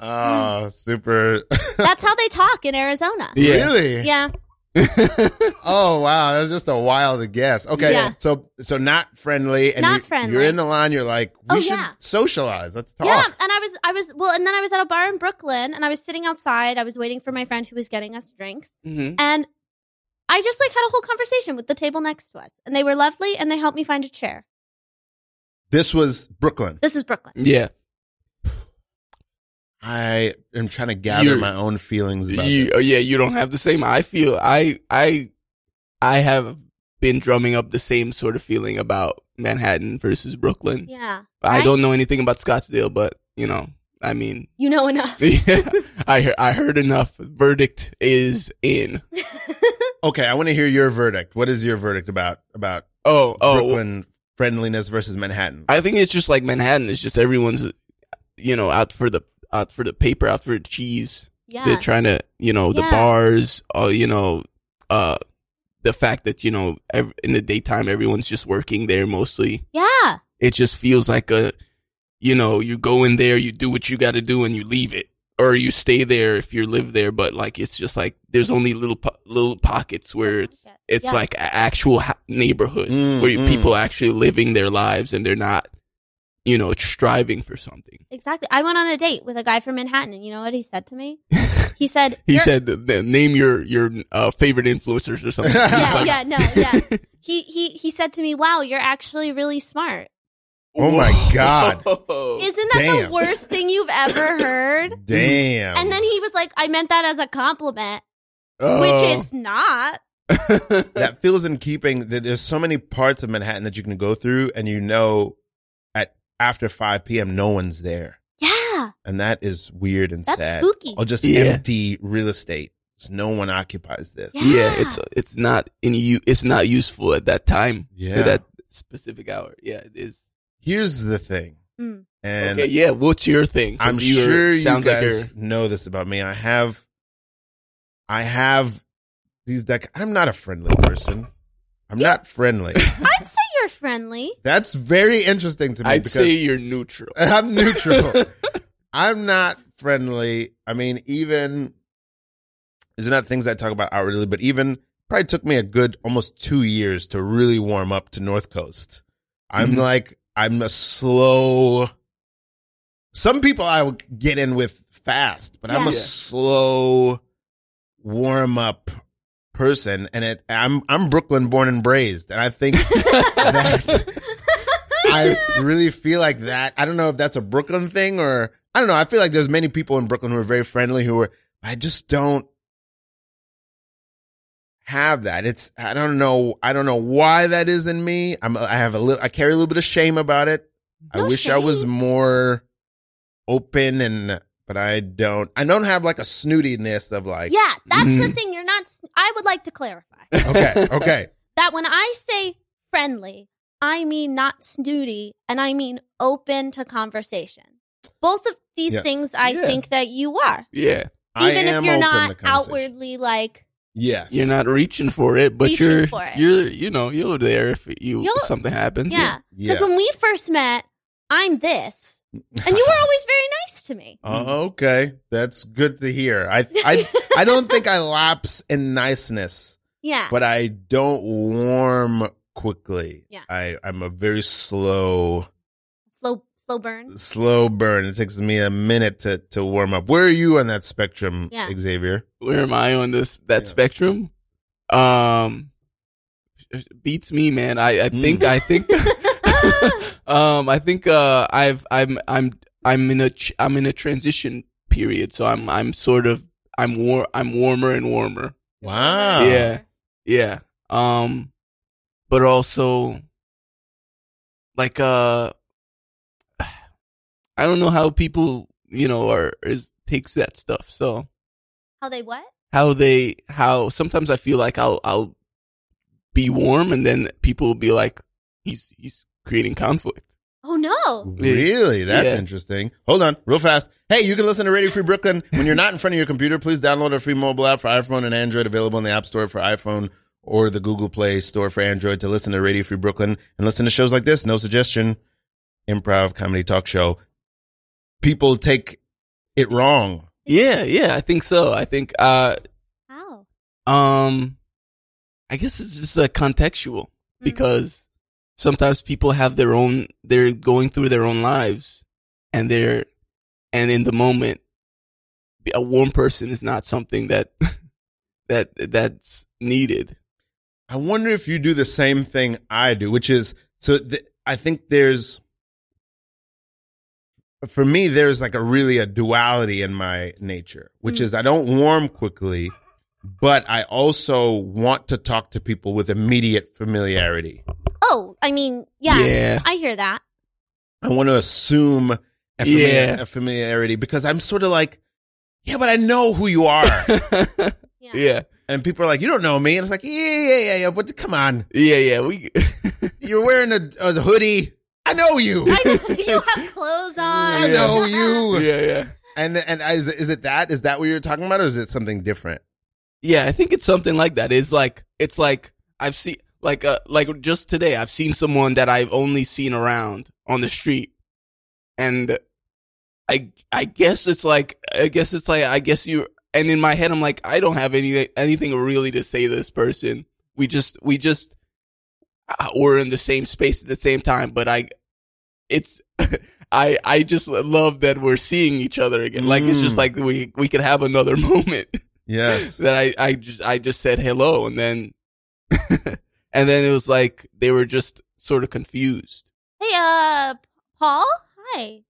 [SPEAKER 2] oh, super. Oh,
[SPEAKER 3] That's how they talk in Arizona.
[SPEAKER 4] Yeah.
[SPEAKER 2] Really?
[SPEAKER 3] Yeah,
[SPEAKER 4] Mm-hmm.
[SPEAKER 2] Oh wow, that was just a wild guess. Okay,
[SPEAKER 3] Yeah.
[SPEAKER 2] so so not friendly, and
[SPEAKER 3] Not
[SPEAKER 2] you,
[SPEAKER 3] friendly.
[SPEAKER 2] You're in the line. You're like, we
[SPEAKER 3] Oh,
[SPEAKER 2] should
[SPEAKER 3] yeah.
[SPEAKER 2] socialize. Let's talk.
[SPEAKER 3] Yeah, and I was I was well, and then I was at a bar in Brooklyn, and I was sitting outside. I was waiting for my friend who was getting us drinks,
[SPEAKER 4] Mhm.
[SPEAKER 3] and I just like had a whole conversation with the table next to us, and they were lovely, and they helped me find a chair.
[SPEAKER 2] This was Brooklyn.
[SPEAKER 3] This is Brooklyn.
[SPEAKER 4] Yeah.
[SPEAKER 2] I am trying to gather
[SPEAKER 4] You're-
[SPEAKER 2] my own feelings about
[SPEAKER 4] You,
[SPEAKER 2] this.
[SPEAKER 4] oh, yeah, you don't have the same. I feel I I I have been drumming up the same sort of feeling about Manhattan versus
[SPEAKER 2] Mm.
[SPEAKER 4] Brooklyn.
[SPEAKER 3] Yeah,
[SPEAKER 4] I
[SPEAKER 3] right?
[SPEAKER 4] don't know anything about Scottsdale, but you know, I mean,
[SPEAKER 3] you know enough.
[SPEAKER 4] yeah, I heard I heard enough. Verdict is in.
[SPEAKER 2] Okay, I want to hear your verdict. What is your verdict about about
[SPEAKER 4] Oh, oh,
[SPEAKER 2] Brooklyn friendliness versus Manhattan?
[SPEAKER 4] I think it's just like Manhattan. It's just everyone's, you know, out for the out for the paper, out for the cheese. They're
[SPEAKER 3] yeah,
[SPEAKER 4] trying to, you know, the
[SPEAKER 3] Yeah.
[SPEAKER 4] bars. Uh, you know, uh, the fact that you know, ev- in the daytime, everyone's just working there mostly.
[SPEAKER 3] yeah,
[SPEAKER 4] It just feels like a, you know, you go in there, you do what you got to do, and you leave it, or you stay there if you live there. But like, it's just like there's only little po- little pockets where it's it's
[SPEAKER 3] Yeah.
[SPEAKER 4] like a actual ha- neighborhood
[SPEAKER 2] Mm,
[SPEAKER 4] where you-
[SPEAKER 2] mm.
[SPEAKER 4] people are actually living their lives and they're not, you know, striving for something.
[SPEAKER 3] exactly. I went on a date with a guy from Manhattan, and you know what he said to me? He said,
[SPEAKER 4] He
[SPEAKER 3] "You're-
[SPEAKER 4] said, th- th- "Name your your uh, favorite influencers or something." He's
[SPEAKER 3] yeah,
[SPEAKER 4] like,
[SPEAKER 3] yeah, no, yeah." He he he said to me, "Wow, you're actually really smart."
[SPEAKER 2] Oh my God.
[SPEAKER 4] Whoa.
[SPEAKER 3] Isn't that
[SPEAKER 2] Damn.
[SPEAKER 3] the worst thing you've ever heard?
[SPEAKER 2] Damn.
[SPEAKER 3] And then he was like, I meant that as a compliment, which
[SPEAKER 4] Oh.
[SPEAKER 3] it's not.
[SPEAKER 2] that feels in keeping that there's so many parts of Manhattan that you can go through, and you know, at after 5 p.m., no one's there,
[SPEAKER 3] Yeah,
[SPEAKER 2] and that is weird and
[SPEAKER 3] that's
[SPEAKER 2] sad.
[SPEAKER 3] spooky.
[SPEAKER 2] Or just
[SPEAKER 4] Yeah.
[SPEAKER 2] empty real estate. Just no one occupies this.
[SPEAKER 3] Yeah.
[SPEAKER 4] yeah, it's it's not in you. It's not useful at that time
[SPEAKER 2] Yeah.
[SPEAKER 4] for that specific hour. Yeah, it is.
[SPEAKER 2] Here's the thing,
[SPEAKER 3] Mm.
[SPEAKER 2] and
[SPEAKER 4] okay, yeah. What's your thing? 'Cause
[SPEAKER 2] I'm
[SPEAKER 4] you're-
[SPEAKER 2] sure you
[SPEAKER 4] sounds like
[SPEAKER 2] guys
[SPEAKER 4] you're.
[SPEAKER 2] know this about me. I have, I have these. Dec- I'm not a friendly person. I'm not friendly.
[SPEAKER 3] I'd say you're friendly.
[SPEAKER 2] That's very interesting to me
[SPEAKER 4] I'd
[SPEAKER 2] because
[SPEAKER 4] say you're neutral.
[SPEAKER 2] I'm neutral. I'm not friendly. I mean, even these are not things I talk about outwardly, but even probably took me a good almost two years to really warm up to North Coast. I'm
[SPEAKER 4] Mhm.
[SPEAKER 2] like, I'm a slow. Some people I will get in with fast, but I'm
[SPEAKER 3] Yeah.
[SPEAKER 2] a
[SPEAKER 4] Yeah.
[SPEAKER 2] slow warm up person, and it, I'm I'm Brooklyn born and raised, and I think that I really feel like that. I don't know if that's a Brooklyn thing or I don't know. I feel like there's many people in Brooklyn who are very friendly who are. I just don't have that. It's I don't know. I don't know why that is in me. I'm I have a little. I carry a little bit of shame about it. I
[SPEAKER 3] No
[SPEAKER 2] wish I was
[SPEAKER 3] shame.
[SPEAKER 2] more open and. But I don't. I don't have like a snootiness of like.
[SPEAKER 3] yeah, that's the
[SPEAKER 4] Mm.
[SPEAKER 3] thing. You're not. s- I would like to clarify
[SPEAKER 2] Okay. Okay.
[SPEAKER 3] that when I say friendly, I mean not snooty and I mean open to conversation. Both of these
[SPEAKER 2] Yes.
[SPEAKER 3] things I
[SPEAKER 4] Yeah.
[SPEAKER 3] think that you are.
[SPEAKER 4] yeah,
[SPEAKER 2] I
[SPEAKER 3] Even if
[SPEAKER 2] am
[SPEAKER 3] you're
[SPEAKER 2] open
[SPEAKER 3] not
[SPEAKER 2] to conversation.
[SPEAKER 3] outwardly like,
[SPEAKER 2] Yes.
[SPEAKER 4] you're not reaching for it, but
[SPEAKER 3] Reaching
[SPEAKER 4] you're
[SPEAKER 3] for it.
[SPEAKER 4] you're you know you're there if you
[SPEAKER 3] You'll-
[SPEAKER 4] if something happens.
[SPEAKER 3] yeah. Because when we
[SPEAKER 2] Yes.
[SPEAKER 3] first met, I'm this. And you were always very nice to me.
[SPEAKER 2] Oh, okay, that's good to hear. I I I don't think I lapse in niceness,
[SPEAKER 3] yeah.
[SPEAKER 2] but I don't warm quickly.
[SPEAKER 3] Yeah.
[SPEAKER 2] I I'm a very slow
[SPEAKER 3] slow slow burn.
[SPEAKER 2] slow burn. It takes me a minute to to warm up. Where are you on that spectrum,
[SPEAKER 3] Yeah.
[SPEAKER 2] Xavier?
[SPEAKER 4] Where am I on this that
[SPEAKER 2] Yeah.
[SPEAKER 4] spectrum? Um, beats me, man. I I think I think
[SPEAKER 3] Mm.
[SPEAKER 4] um I think uh I've I'm I'm I'm in a ch- I'm in a transition period, so I'm I'm sort of I'm war I'm warmer and warmer.
[SPEAKER 2] Wow.
[SPEAKER 4] Yeah. Yeah. Um but also like uh I don't know how people, you know, are is takes that stuff. So
[SPEAKER 3] How they what?
[SPEAKER 4] how they how sometimes I feel like I'll I'll be warm and then people will be like he's he's creating conflict.
[SPEAKER 3] Oh no.
[SPEAKER 2] Really? That's
[SPEAKER 4] Yeah.
[SPEAKER 2] interesting. Hold on, real fast. Hey, you can listen to Radio Free Brooklyn when you're not in front of your computer. Please download our free mobile app for iPhone and Android, available in the App Store for iPhone or the Google Play Store for Android to listen to Radio Free Brooklyn and listen to shows like this. No suggestion, improv comedy talk show. People take it wrong.
[SPEAKER 3] Mm.
[SPEAKER 4] Yeah, yeah, I think so. I think uh
[SPEAKER 3] How?
[SPEAKER 4] um I guess it's just uh, contextual
[SPEAKER 3] Mm-hmm.
[SPEAKER 4] because sometimes people have their own they're going through their own lives and they're and in the moment a warm person is not something that that that's needed
[SPEAKER 2] I wonder if you do the same thing I do, which is so. Th- I think there's, for me, there's like a really a duality in my nature, which
[SPEAKER 3] Mm.
[SPEAKER 2] is I don't warm quickly, but I also want to talk to people with immediate familiarity.
[SPEAKER 3] Oh, I mean, yeah,
[SPEAKER 4] Yeah.
[SPEAKER 3] I hear that.
[SPEAKER 2] I want to assume a, famili-
[SPEAKER 4] Yeah.
[SPEAKER 2] a familiarity because I'm sort of like, yeah, but I know who you are,
[SPEAKER 4] yeah
[SPEAKER 3] Yeah.
[SPEAKER 4] yeah
[SPEAKER 2] and people are like, you don't know me, and it's like, yeah, yeah, yeah, yeah, but come on,
[SPEAKER 4] yeah we
[SPEAKER 2] you're wearing a, a hoodie. I know you.
[SPEAKER 3] I know you have clothes on.
[SPEAKER 2] I know you.
[SPEAKER 4] yeah yeah
[SPEAKER 2] And and is is it that? Is that what you're talking about, or is it something different?
[SPEAKER 4] yeah I think it's something like that it's like it's like I've seen like uh like just today I've seen someone that I've only seen around on the street and I I guess it's like I guess it's like I guess you and in my head I'm like I don't have any anything really to say to this person. We just we just uh, we're in the same space at the same time, but I it's I I just love that we're seeing each other again. Like it's just
[SPEAKER 2] Mm.
[SPEAKER 4] like we we could have another moment
[SPEAKER 2] Yes.
[SPEAKER 4] that I I just I just said hello and then and then it was like they were just sort of confused.
[SPEAKER 3] Hey, uh, Paul. Hi.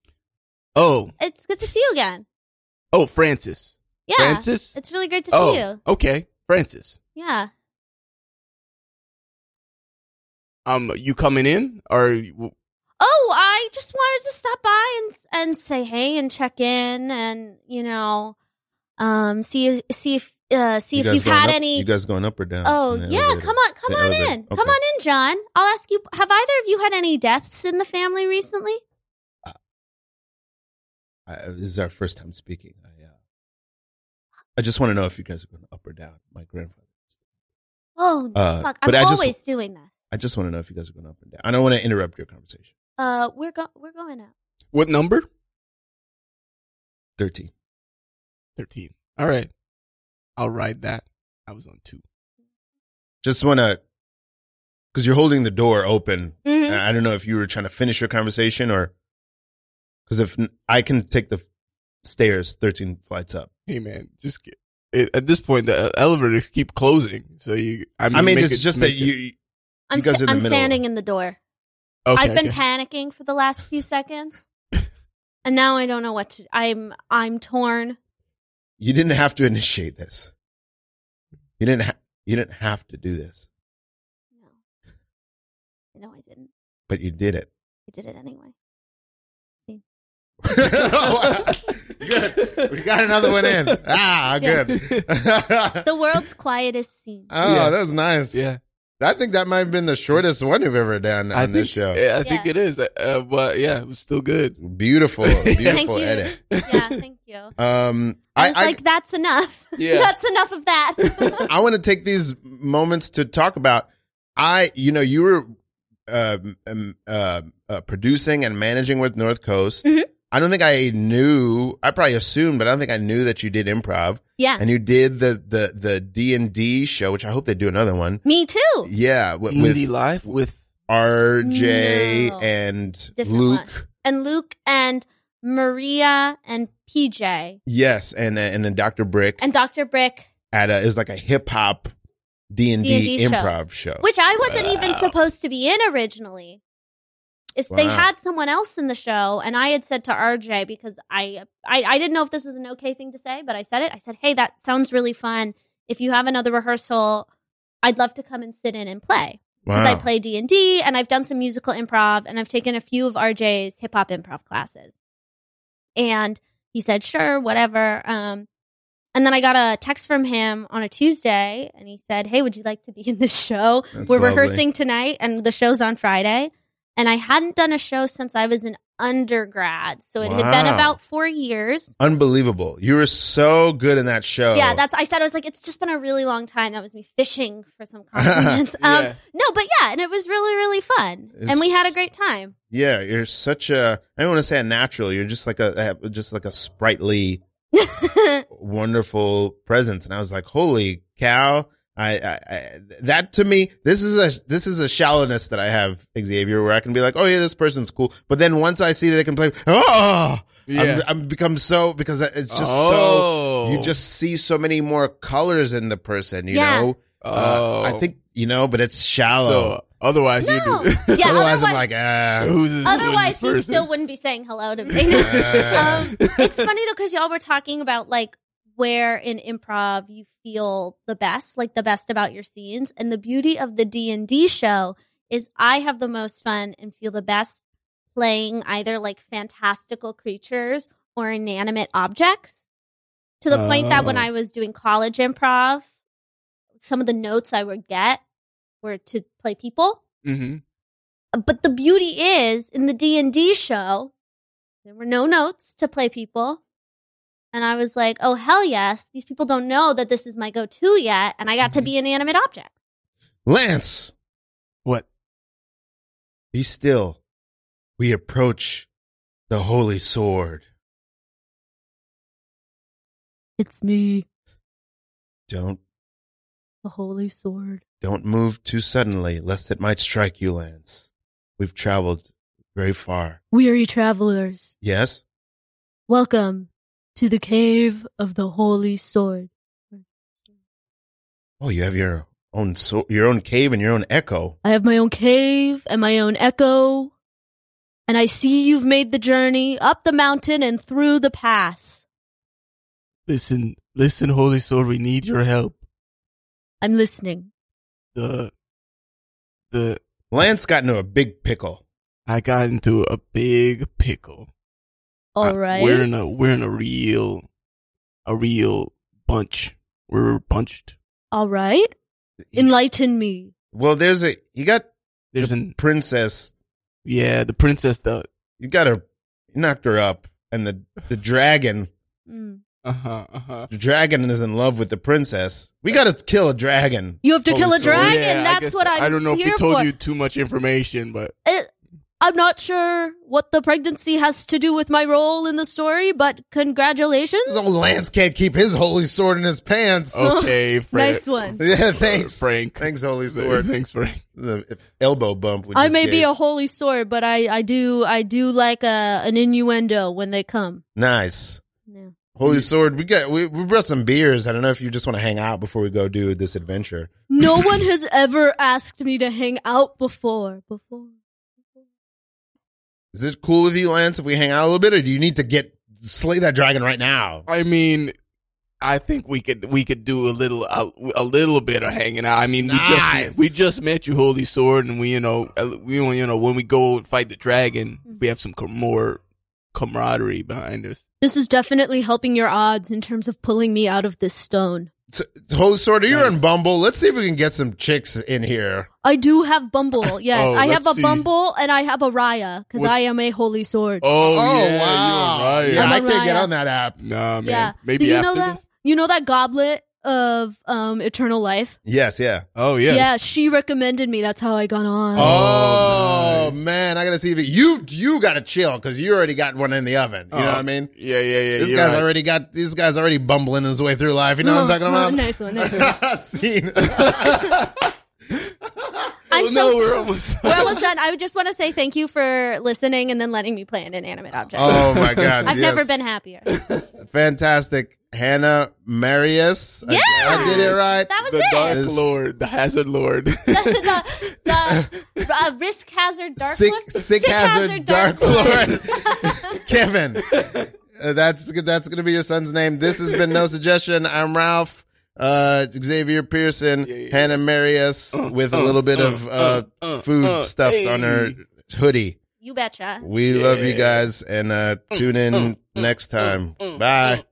[SPEAKER 4] Oh,
[SPEAKER 3] It's good to see you again.
[SPEAKER 4] oh Francis.
[SPEAKER 3] Yeah.
[SPEAKER 4] Francis?
[SPEAKER 3] It's really great to
[SPEAKER 4] oh,
[SPEAKER 3] see you.
[SPEAKER 4] okay. Francis.
[SPEAKER 3] Yeah.
[SPEAKER 4] um you coming in or
[SPEAKER 3] Oh, I just wanted to stop by and and say hey and check in and you know, um, see see if uh, see if you've
[SPEAKER 2] going
[SPEAKER 3] had
[SPEAKER 2] up-
[SPEAKER 3] any.
[SPEAKER 2] You guys going up or down?
[SPEAKER 3] oh
[SPEAKER 2] in the
[SPEAKER 3] yeah,
[SPEAKER 2] elevator?
[SPEAKER 3] come on, come
[SPEAKER 2] The
[SPEAKER 3] on
[SPEAKER 2] elevator.
[SPEAKER 3] in,
[SPEAKER 2] Okay.
[SPEAKER 3] come on in, John. I'll ask you. Have either of you had any deaths in the family recently?
[SPEAKER 2] I, this is our first time speaking. I, uh, I just want to know if you guys are going up or down. My grandfather.
[SPEAKER 3] Oh
[SPEAKER 2] Uh,
[SPEAKER 3] fuck,
[SPEAKER 2] but
[SPEAKER 3] I'm
[SPEAKER 2] I just-
[SPEAKER 3] always doing this.
[SPEAKER 2] I just want to know if you guys are going up and down. I don't want to interrupt your conversation.
[SPEAKER 3] Uh, we're go we're going out.
[SPEAKER 4] what number?
[SPEAKER 2] Thirteen.
[SPEAKER 4] 13. All right. I'll ride that. I was on 2.
[SPEAKER 2] Just want to, because you're holding the door open.
[SPEAKER 3] Mhm.
[SPEAKER 2] And I don't know if you were trying to finish your conversation or, because if n- I can take the stairs thirteen flights up.
[SPEAKER 4] Hey man, just get it, at this point the uh, elevators keep closing. So you I mean,
[SPEAKER 2] I mean,
[SPEAKER 4] make
[SPEAKER 2] it's
[SPEAKER 4] it-
[SPEAKER 2] just that
[SPEAKER 4] make it-
[SPEAKER 2] you.
[SPEAKER 3] I'm
[SPEAKER 2] guys
[SPEAKER 3] sa-
[SPEAKER 2] are in the
[SPEAKER 3] I'm
[SPEAKER 2] middle.
[SPEAKER 3] standing in the door.
[SPEAKER 4] okay,
[SPEAKER 3] I've been
[SPEAKER 4] okay.
[SPEAKER 3] panicking for the last few seconds, and now I don't know what to. I'm I'm torn.
[SPEAKER 2] you didn't have to initiate this. You didn't ha- you didn't have to do this,
[SPEAKER 3] No, no, I didn't.
[SPEAKER 2] but you did it.
[SPEAKER 3] I did it anyway.
[SPEAKER 2] good. We got another one in. Ah,
[SPEAKER 3] Yeah.
[SPEAKER 2] good.
[SPEAKER 3] The world's quietest scene.
[SPEAKER 2] oh,
[SPEAKER 4] Yeah.
[SPEAKER 2] that was nice.
[SPEAKER 4] Yeah.
[SPEAKER 2] I think that might have been the shortest one you've ever done on
[SPEAKER 4] I think
[SPEAKER 2] this show.
[SPEAKER 4] yeah, I think
[SPEAKER 3] Yeah.
[SPEAKER 4] it is. Uh, but yeah, it was still good.
[SPEAKER 2] beautiful,
[SPEAKER 3] Thank
[SPEAKER 2] beautiful
[SPEAKER 3] you.
[SPEAKER 2] edit.
[SPEAKER 3] Yeah, thank you.
[SPEAKER 2] Um,
[SPEAKER 3] I
[SPEAKER 2] I
[SPEAKER 3] was
[SPEAKER 2] I,
[SPEAKER 3] like, that's enough.
[SPEAKER 4] Yeah.
[SPEAKER 3] that's enough of that.
[SPEAKER 2] I want to take these moments to talk about. I, you know, you were uh, um, uh, uh, producing and managing with North Coast.
[SPEAKER 3] Mhm.
[SPEAKER 2] I don't think I knew. I probably assumed, but I don't think I knew that you did improv
[SPEAKER 3] yeah,
[SPEAKER 2] and you did the the the D and D show, which I hope they do another one.
[SPEAKER 3] me too.
[SPEAKER 2] Yeah, with,
[SPEAKER 4] Indie
[SPEAKER 2] with
[SPEAKER 4] live with
[SPEAKER 2] RJ
[SPEAKER 3] No.
[SPEAKER 2] and
[SPEAKER 3] Different
[SPEAKER 2] Luke.
[SPEAKER 3] one. And Luke and Maria and PJ
[SPEAKER 2] Yes, and uh, and then Dr. Brick
[SPEAKER 3] and Dr. Brick,
[SPEAKER 2] at a, it was like a hip hop D and D
[SPEAKER 3] D&D show.
[SPEAKER 2] improv show.
[SPEAKER 3] which I wasn't even
[SPEAKER 4] Wow.
[SPEAKER 3] supposed to be in originally. It's, They
[SPEAKER 2] Wow.
[SPEAKER 3] had someone else in the show, and I had said to RJ because I, I I didn't know if this was an okay thing to say, but I said it. I said, "Hey, that sounds really fun. If you have another rehearsal, I'd love to come and sit in and play." because I
[SPEAKER 2] wow.
[SPEAKER 3] play D and D, and I've done some musical improv, and I've taken a few of RJ's hip hop improv classes. And he said, "Sure, whatever." Um, and then I got a text from him on a Tuesday, and he said, "Hey, would you like to be in this show?
[SPEAKER 2] That's
[SPEAKER 3] We're
[SPEAKER 2] lovely.
[SPEAKER 3] rehearsing tonight, and the show's on Friday." And I hadn't done a show since I was an undergrad, so it had been
[SPEAKER 2] Wow.
[SPEAKER 3] about four years.
[SPEAKER 2] Unbelievable. You were so good in that show.
[SPEAKER 3] Yeah, that's. I said I was like, it's just been a really long time. That was me fishing for some compliments. um,
[SPEAKER 4] yeah.
[SPEAKER 3] no, but yeah, and it was really, really fun. and we had a great time.
[SPEAKER 2] Yeah, you're such a I don't want to say a natural. You're just like a a- just like a sprightly, wonderful presence. And I was like, "Holy cow." I, I, I that to me, this is a this is a shallowness that I have, Xavier, where I can be like, oh yeah, this person's cool, but then once I see that they can play, oh,
[SPEAKER 4] Yeah. Oh.
[SPEAKER 2] I'm, I'm become so because it's just so you just see so many more colors in the person, you
[SPEAKER 3] Yeah.
[SPEAKER 2] know.
[SPEAKER 4] Oh.
[SPEAKER 2] Uh, I think you know, but it's shallow.
[SPEAKER 4] So, otherwise,
[SPEAKER 3] No.
[SPEAKER 4] you do.
[SPEAKER 2] otherwise,
[SPEAKER 3] Yeah,
[SPEAKER 2] I'm
[SPEAKER 3] otherwise-
[SPEAKER 2] like, ah.
[SPEAKER 4] Who's this-
[SPEAKER 3] Otherwise,
[SPEAKER 4] who's
[SPEAKER 3] he
[SPEAKER 4] this
[SPEAKER 3] still
[SPEAKER 4] person?
[SPEAKER 3] wouldn't be saying hello to me. um, it's funny though because y'all were talking about like where in improv you feel the best, like the best about your scenes, and the beauty of the D and D show is I have the most fun and feel the best playing either like fantastical creatures or inanimate objects. To the point that when
[SPEAKER 4] Oh.
[SPEAKER 3] I was doing college improv, some of the notes I would get were to play people
[SPEAKER 4] Mhm.
[SPEAKER 3] but the beauty is in the d&d show there were no notes to play people and i was like oh hell yes these people don't know that this is my go-to yet and i got to
[SPEAKER 4] Mhm.
[SPEAKER 3] be inanimate objects
[SPEAKER 2] Lance,
[SPEAKER 4] What?
[SPEAKER 2] be still. We approach the holy sword.
[SPEAKER 3] it's me
[SPEAKER 2] Don't
[SPEAKER 3] the holy sword
[SPEAKER 2] Don't move too suddenly, lest it might strike you, Lance. We've traveled very far.
[SPEAKER 3] weary travelers
[SPEAKER 2] Yes?
[SPEAKER 3] welcome to the cave of the holy sword
[SPEAKER 2] Oh, you have your own so- your own cave and your own echo.
[SPEAKER 3] i have my own cave and my own echo and i see you've made the journey up the mountain and through the pass
[SPEAKER 4] Listen, listen, Holy Sword, we need your help.
[SPEAKER 3] i'm listening
[SPEAKER 4] The, the,
[SPEAKER 2] Lance got into a big pickle.
[SPEAKER 4] I got into a big pickle.
[SPEAKER 3] All
[SPEAKER 4] I-
[SPEAKER 3] right.
[SPEAKER 4] Uh, We're in a, we're in a real, a real bunch. We're bunched.
[SPEAKER 3] All right. Enlighten me.
[SPEAKER 2] well, there's a you got
[SPEAKER 4] There's an,
[SPEAKER 2] princess.
[SPEAKER 4] yeah, the princess, the,
[SPEAKER 2] You got to knocked her up, and the the dragon.
[SPEAKER 3] Mm.
[SPEAKER 4] uh huh, uh huh.
[SPEAKER 2] The dragon is in love with the princess. We got to kill a dragon.
[SPEAKER 3] You have to
[SPEAKER 2] Holy
[SPEAKER 3] kill a
[SPEAKER 2] sword.
[SPEAKER 3] dragon. That's what I'm
[SPEAKER 4] Oh, I don't know
[SPEAKER 3] here
[SPEAKER 4] if we told
[SPEAKER 3] for.
[SPEAKER 4] you too much information, but
[SPEAKER 3] It- I'm not sure what the pregnancy has to do with my role in the story, but congratulations.
[SPEAKER 2] This old Lance can't keep his holy sword in his pants.
[SPEAKER 3] So-
[SPEAKER 4] okay, Frank.
[SPEAKER 3] nice one.
[SPEAKER 2] Yeah, thanks.
[SPEAKER 4] Oh. Frank.
[SPEAKER 2] Thanks, holy sword.
[SPEAKER 4] Thanks, Frank.
[SPEAKER 2] the elbow bump. we
[SPEAKER 3] I
[SPEAKER 2] just
[SPEAKER 3] may be
[SPEAKER 2] gave.
[SPEAKER 3] a holy sword, but I, I do I do like a an innuendo when they come.
[SPEAKER 2] nice.
[SPEAKER 3] Yeah.
[SPEAKER 2] Holy
[SPEAKER 4] Mm.
[SPEAKER 2] sword, we got we, we brought some beers. I don't know if you just want to hang out before we go do this adventure.
[SPEAKER 3] No one has ever asked me to hang out before. Before.
[SPEAKER 2] Is it cool with you, Lance, if we hang out a little bit, or do you need to get slay that dragon right now?
[SPEAKER 4] I mean, I think we could we could do a little a, a little bit of hanging out. I mean, we
[SPEAKER 2] Nice.
[SPEAKER 4] just we just met you, Holy Sword, and we you know uh, we you know when we go and fight the dragon,
[SPEAKER 3] Mm-hmm.
[SPEAKER 4] we have some com- more camaraderie behind us.
[SPEAKER 3] This is definitely helping your odds in terms of pulling me out of this stone.
[SPEAKER 2] So, Holy sword, you're on
[SPEAKER 4] Nice.
[SPEAKER 2] Bumble. Let's see if we can get some chicks in here.
[SPEAKER 3] I do have Bumble. Yes,
[SPEAKER 4] Oh,
[SPEAKER 3] I have
[SPEAKER 4] let's
[SPEAKER 3] a
[SPEAKER 4] see.
[SPEAKER 3] Bumble and I have a Raya because
[SPEAKER 4] What-
[SPEAKER 3] I am a holy sword.
[SPEAKER 4] Oh,
[SPEAKER 2] wow!
[SPEAKER 4] yeah, you're
[SPEAKER 2] Yeah,
[SPEAKER 4] right.
[SPEAKER 2] I
[SPEAKER 3] I'm a
[SPEAKER 2] can't get
[SPEAKER 3] Raya.
[SPEAKER 2] on that app.
[SPEAKER 4] Nah, man.
[SPEAKER 3] yeah.
[SPEAKER 4] Maybe
[SPEAKER 3] Do you
[SPEAKER 4] after
[SPEAKER 3] know that?
[SPEAKER 4] this.
[SPEAKER 3] You know that goblet of um eternal life?
[SPEAKER 2] Yes, yeah.
[SPEAKER 4] Oh yeah.
[SPEAKER 3] she recommended me. That's how I got on.
[SPEAKER 2] Oh,
[SPEAKER 4] Oh,
[SPEAKER 2] man, I gotta see if it, you you gotta chill because you already got one in the oven. You know
[SPEAKER 4] Oh.
[SPEAKER 2] what I mean?
[SPEAKER 4] Yeah, yeah, yeah.
[SPEAKER 2] This
[SPEAKER 4] you're
[SPEAKER 2] guy's
[SPEAKER 4] right.
[SPEAKER 2] already got this guy's already bumbling his way through life. You know what I'm
[SPEAKER 3] Oh,
[SPEAKER 2] talking about?
[SPEAKER 3] Nice one. Nice
[SPEAKER 2] Oh,
[SPEAKER 3] one.
[SPEAKER 2] Scene.
[SPEAKER 3] I'm
[SPEAKER 4] oh,
[SPEAKER 3] so-
[SPEAKER 4] no, we're almost.
[SPEAKER 3] We're almost done. I just want to say thank you for listening and then letting me play an inanimate object.
[SPEAKER 2] oh my god!
[SPEAKER 3] I've
[SPEAKER 2] yes.
[SPEAKER 3] never been happier. That
[SPEAKER 2] fantastic. Hannah Marius. I-
[SPEAKER 3] Yeah!
[SPEAKER 2] I, did it right.
[SPEAKER 3] was
[SPEAKER 4] the
[SPEAKER 3] it.
[SPEAKER 4] Dark
[SPEAKER 2] This-
[SPEAKER 4] Lord, the Hazard Lord.
[SPEAKER 3] the the, uh, risk hazard dark
[SPEAKER 2] sick,
[SPEAKER 3] one?
[SPEAKER 2] sick, hazard, dark, lord. Kevin, Uh, that's good. That's gonna be your son's name. This has been no suggestion. I'm Ralph. Uh, Xavier Pearson,
[SPEAKER 4] Yeah, yeah, yeah.
[SPEAKER 2] Hannah Marius,
[SPEAKER 4] Uh,
[SPEAKER 2] with a
[SPEAKER 4] uh,
[SPEAKER 2] little bit
[SPEAKER 4] uh,
[SPEAKER 2] of uh,
[SPEAKER 4] uh, uh,
[SPEAKER 2] food
[SPEAKER 4] uh,
[SPEAKER 2] stuffs on her
[SPEAKER 4] hey.
[SPEAKER 2] hoodie.
[SPEAKER 3] You betcha.
[SPEAKER 2] We love you
[SPEAKER 4] Yeah.
[SPEAKER 2] guys and uh, tune in next time. Bye.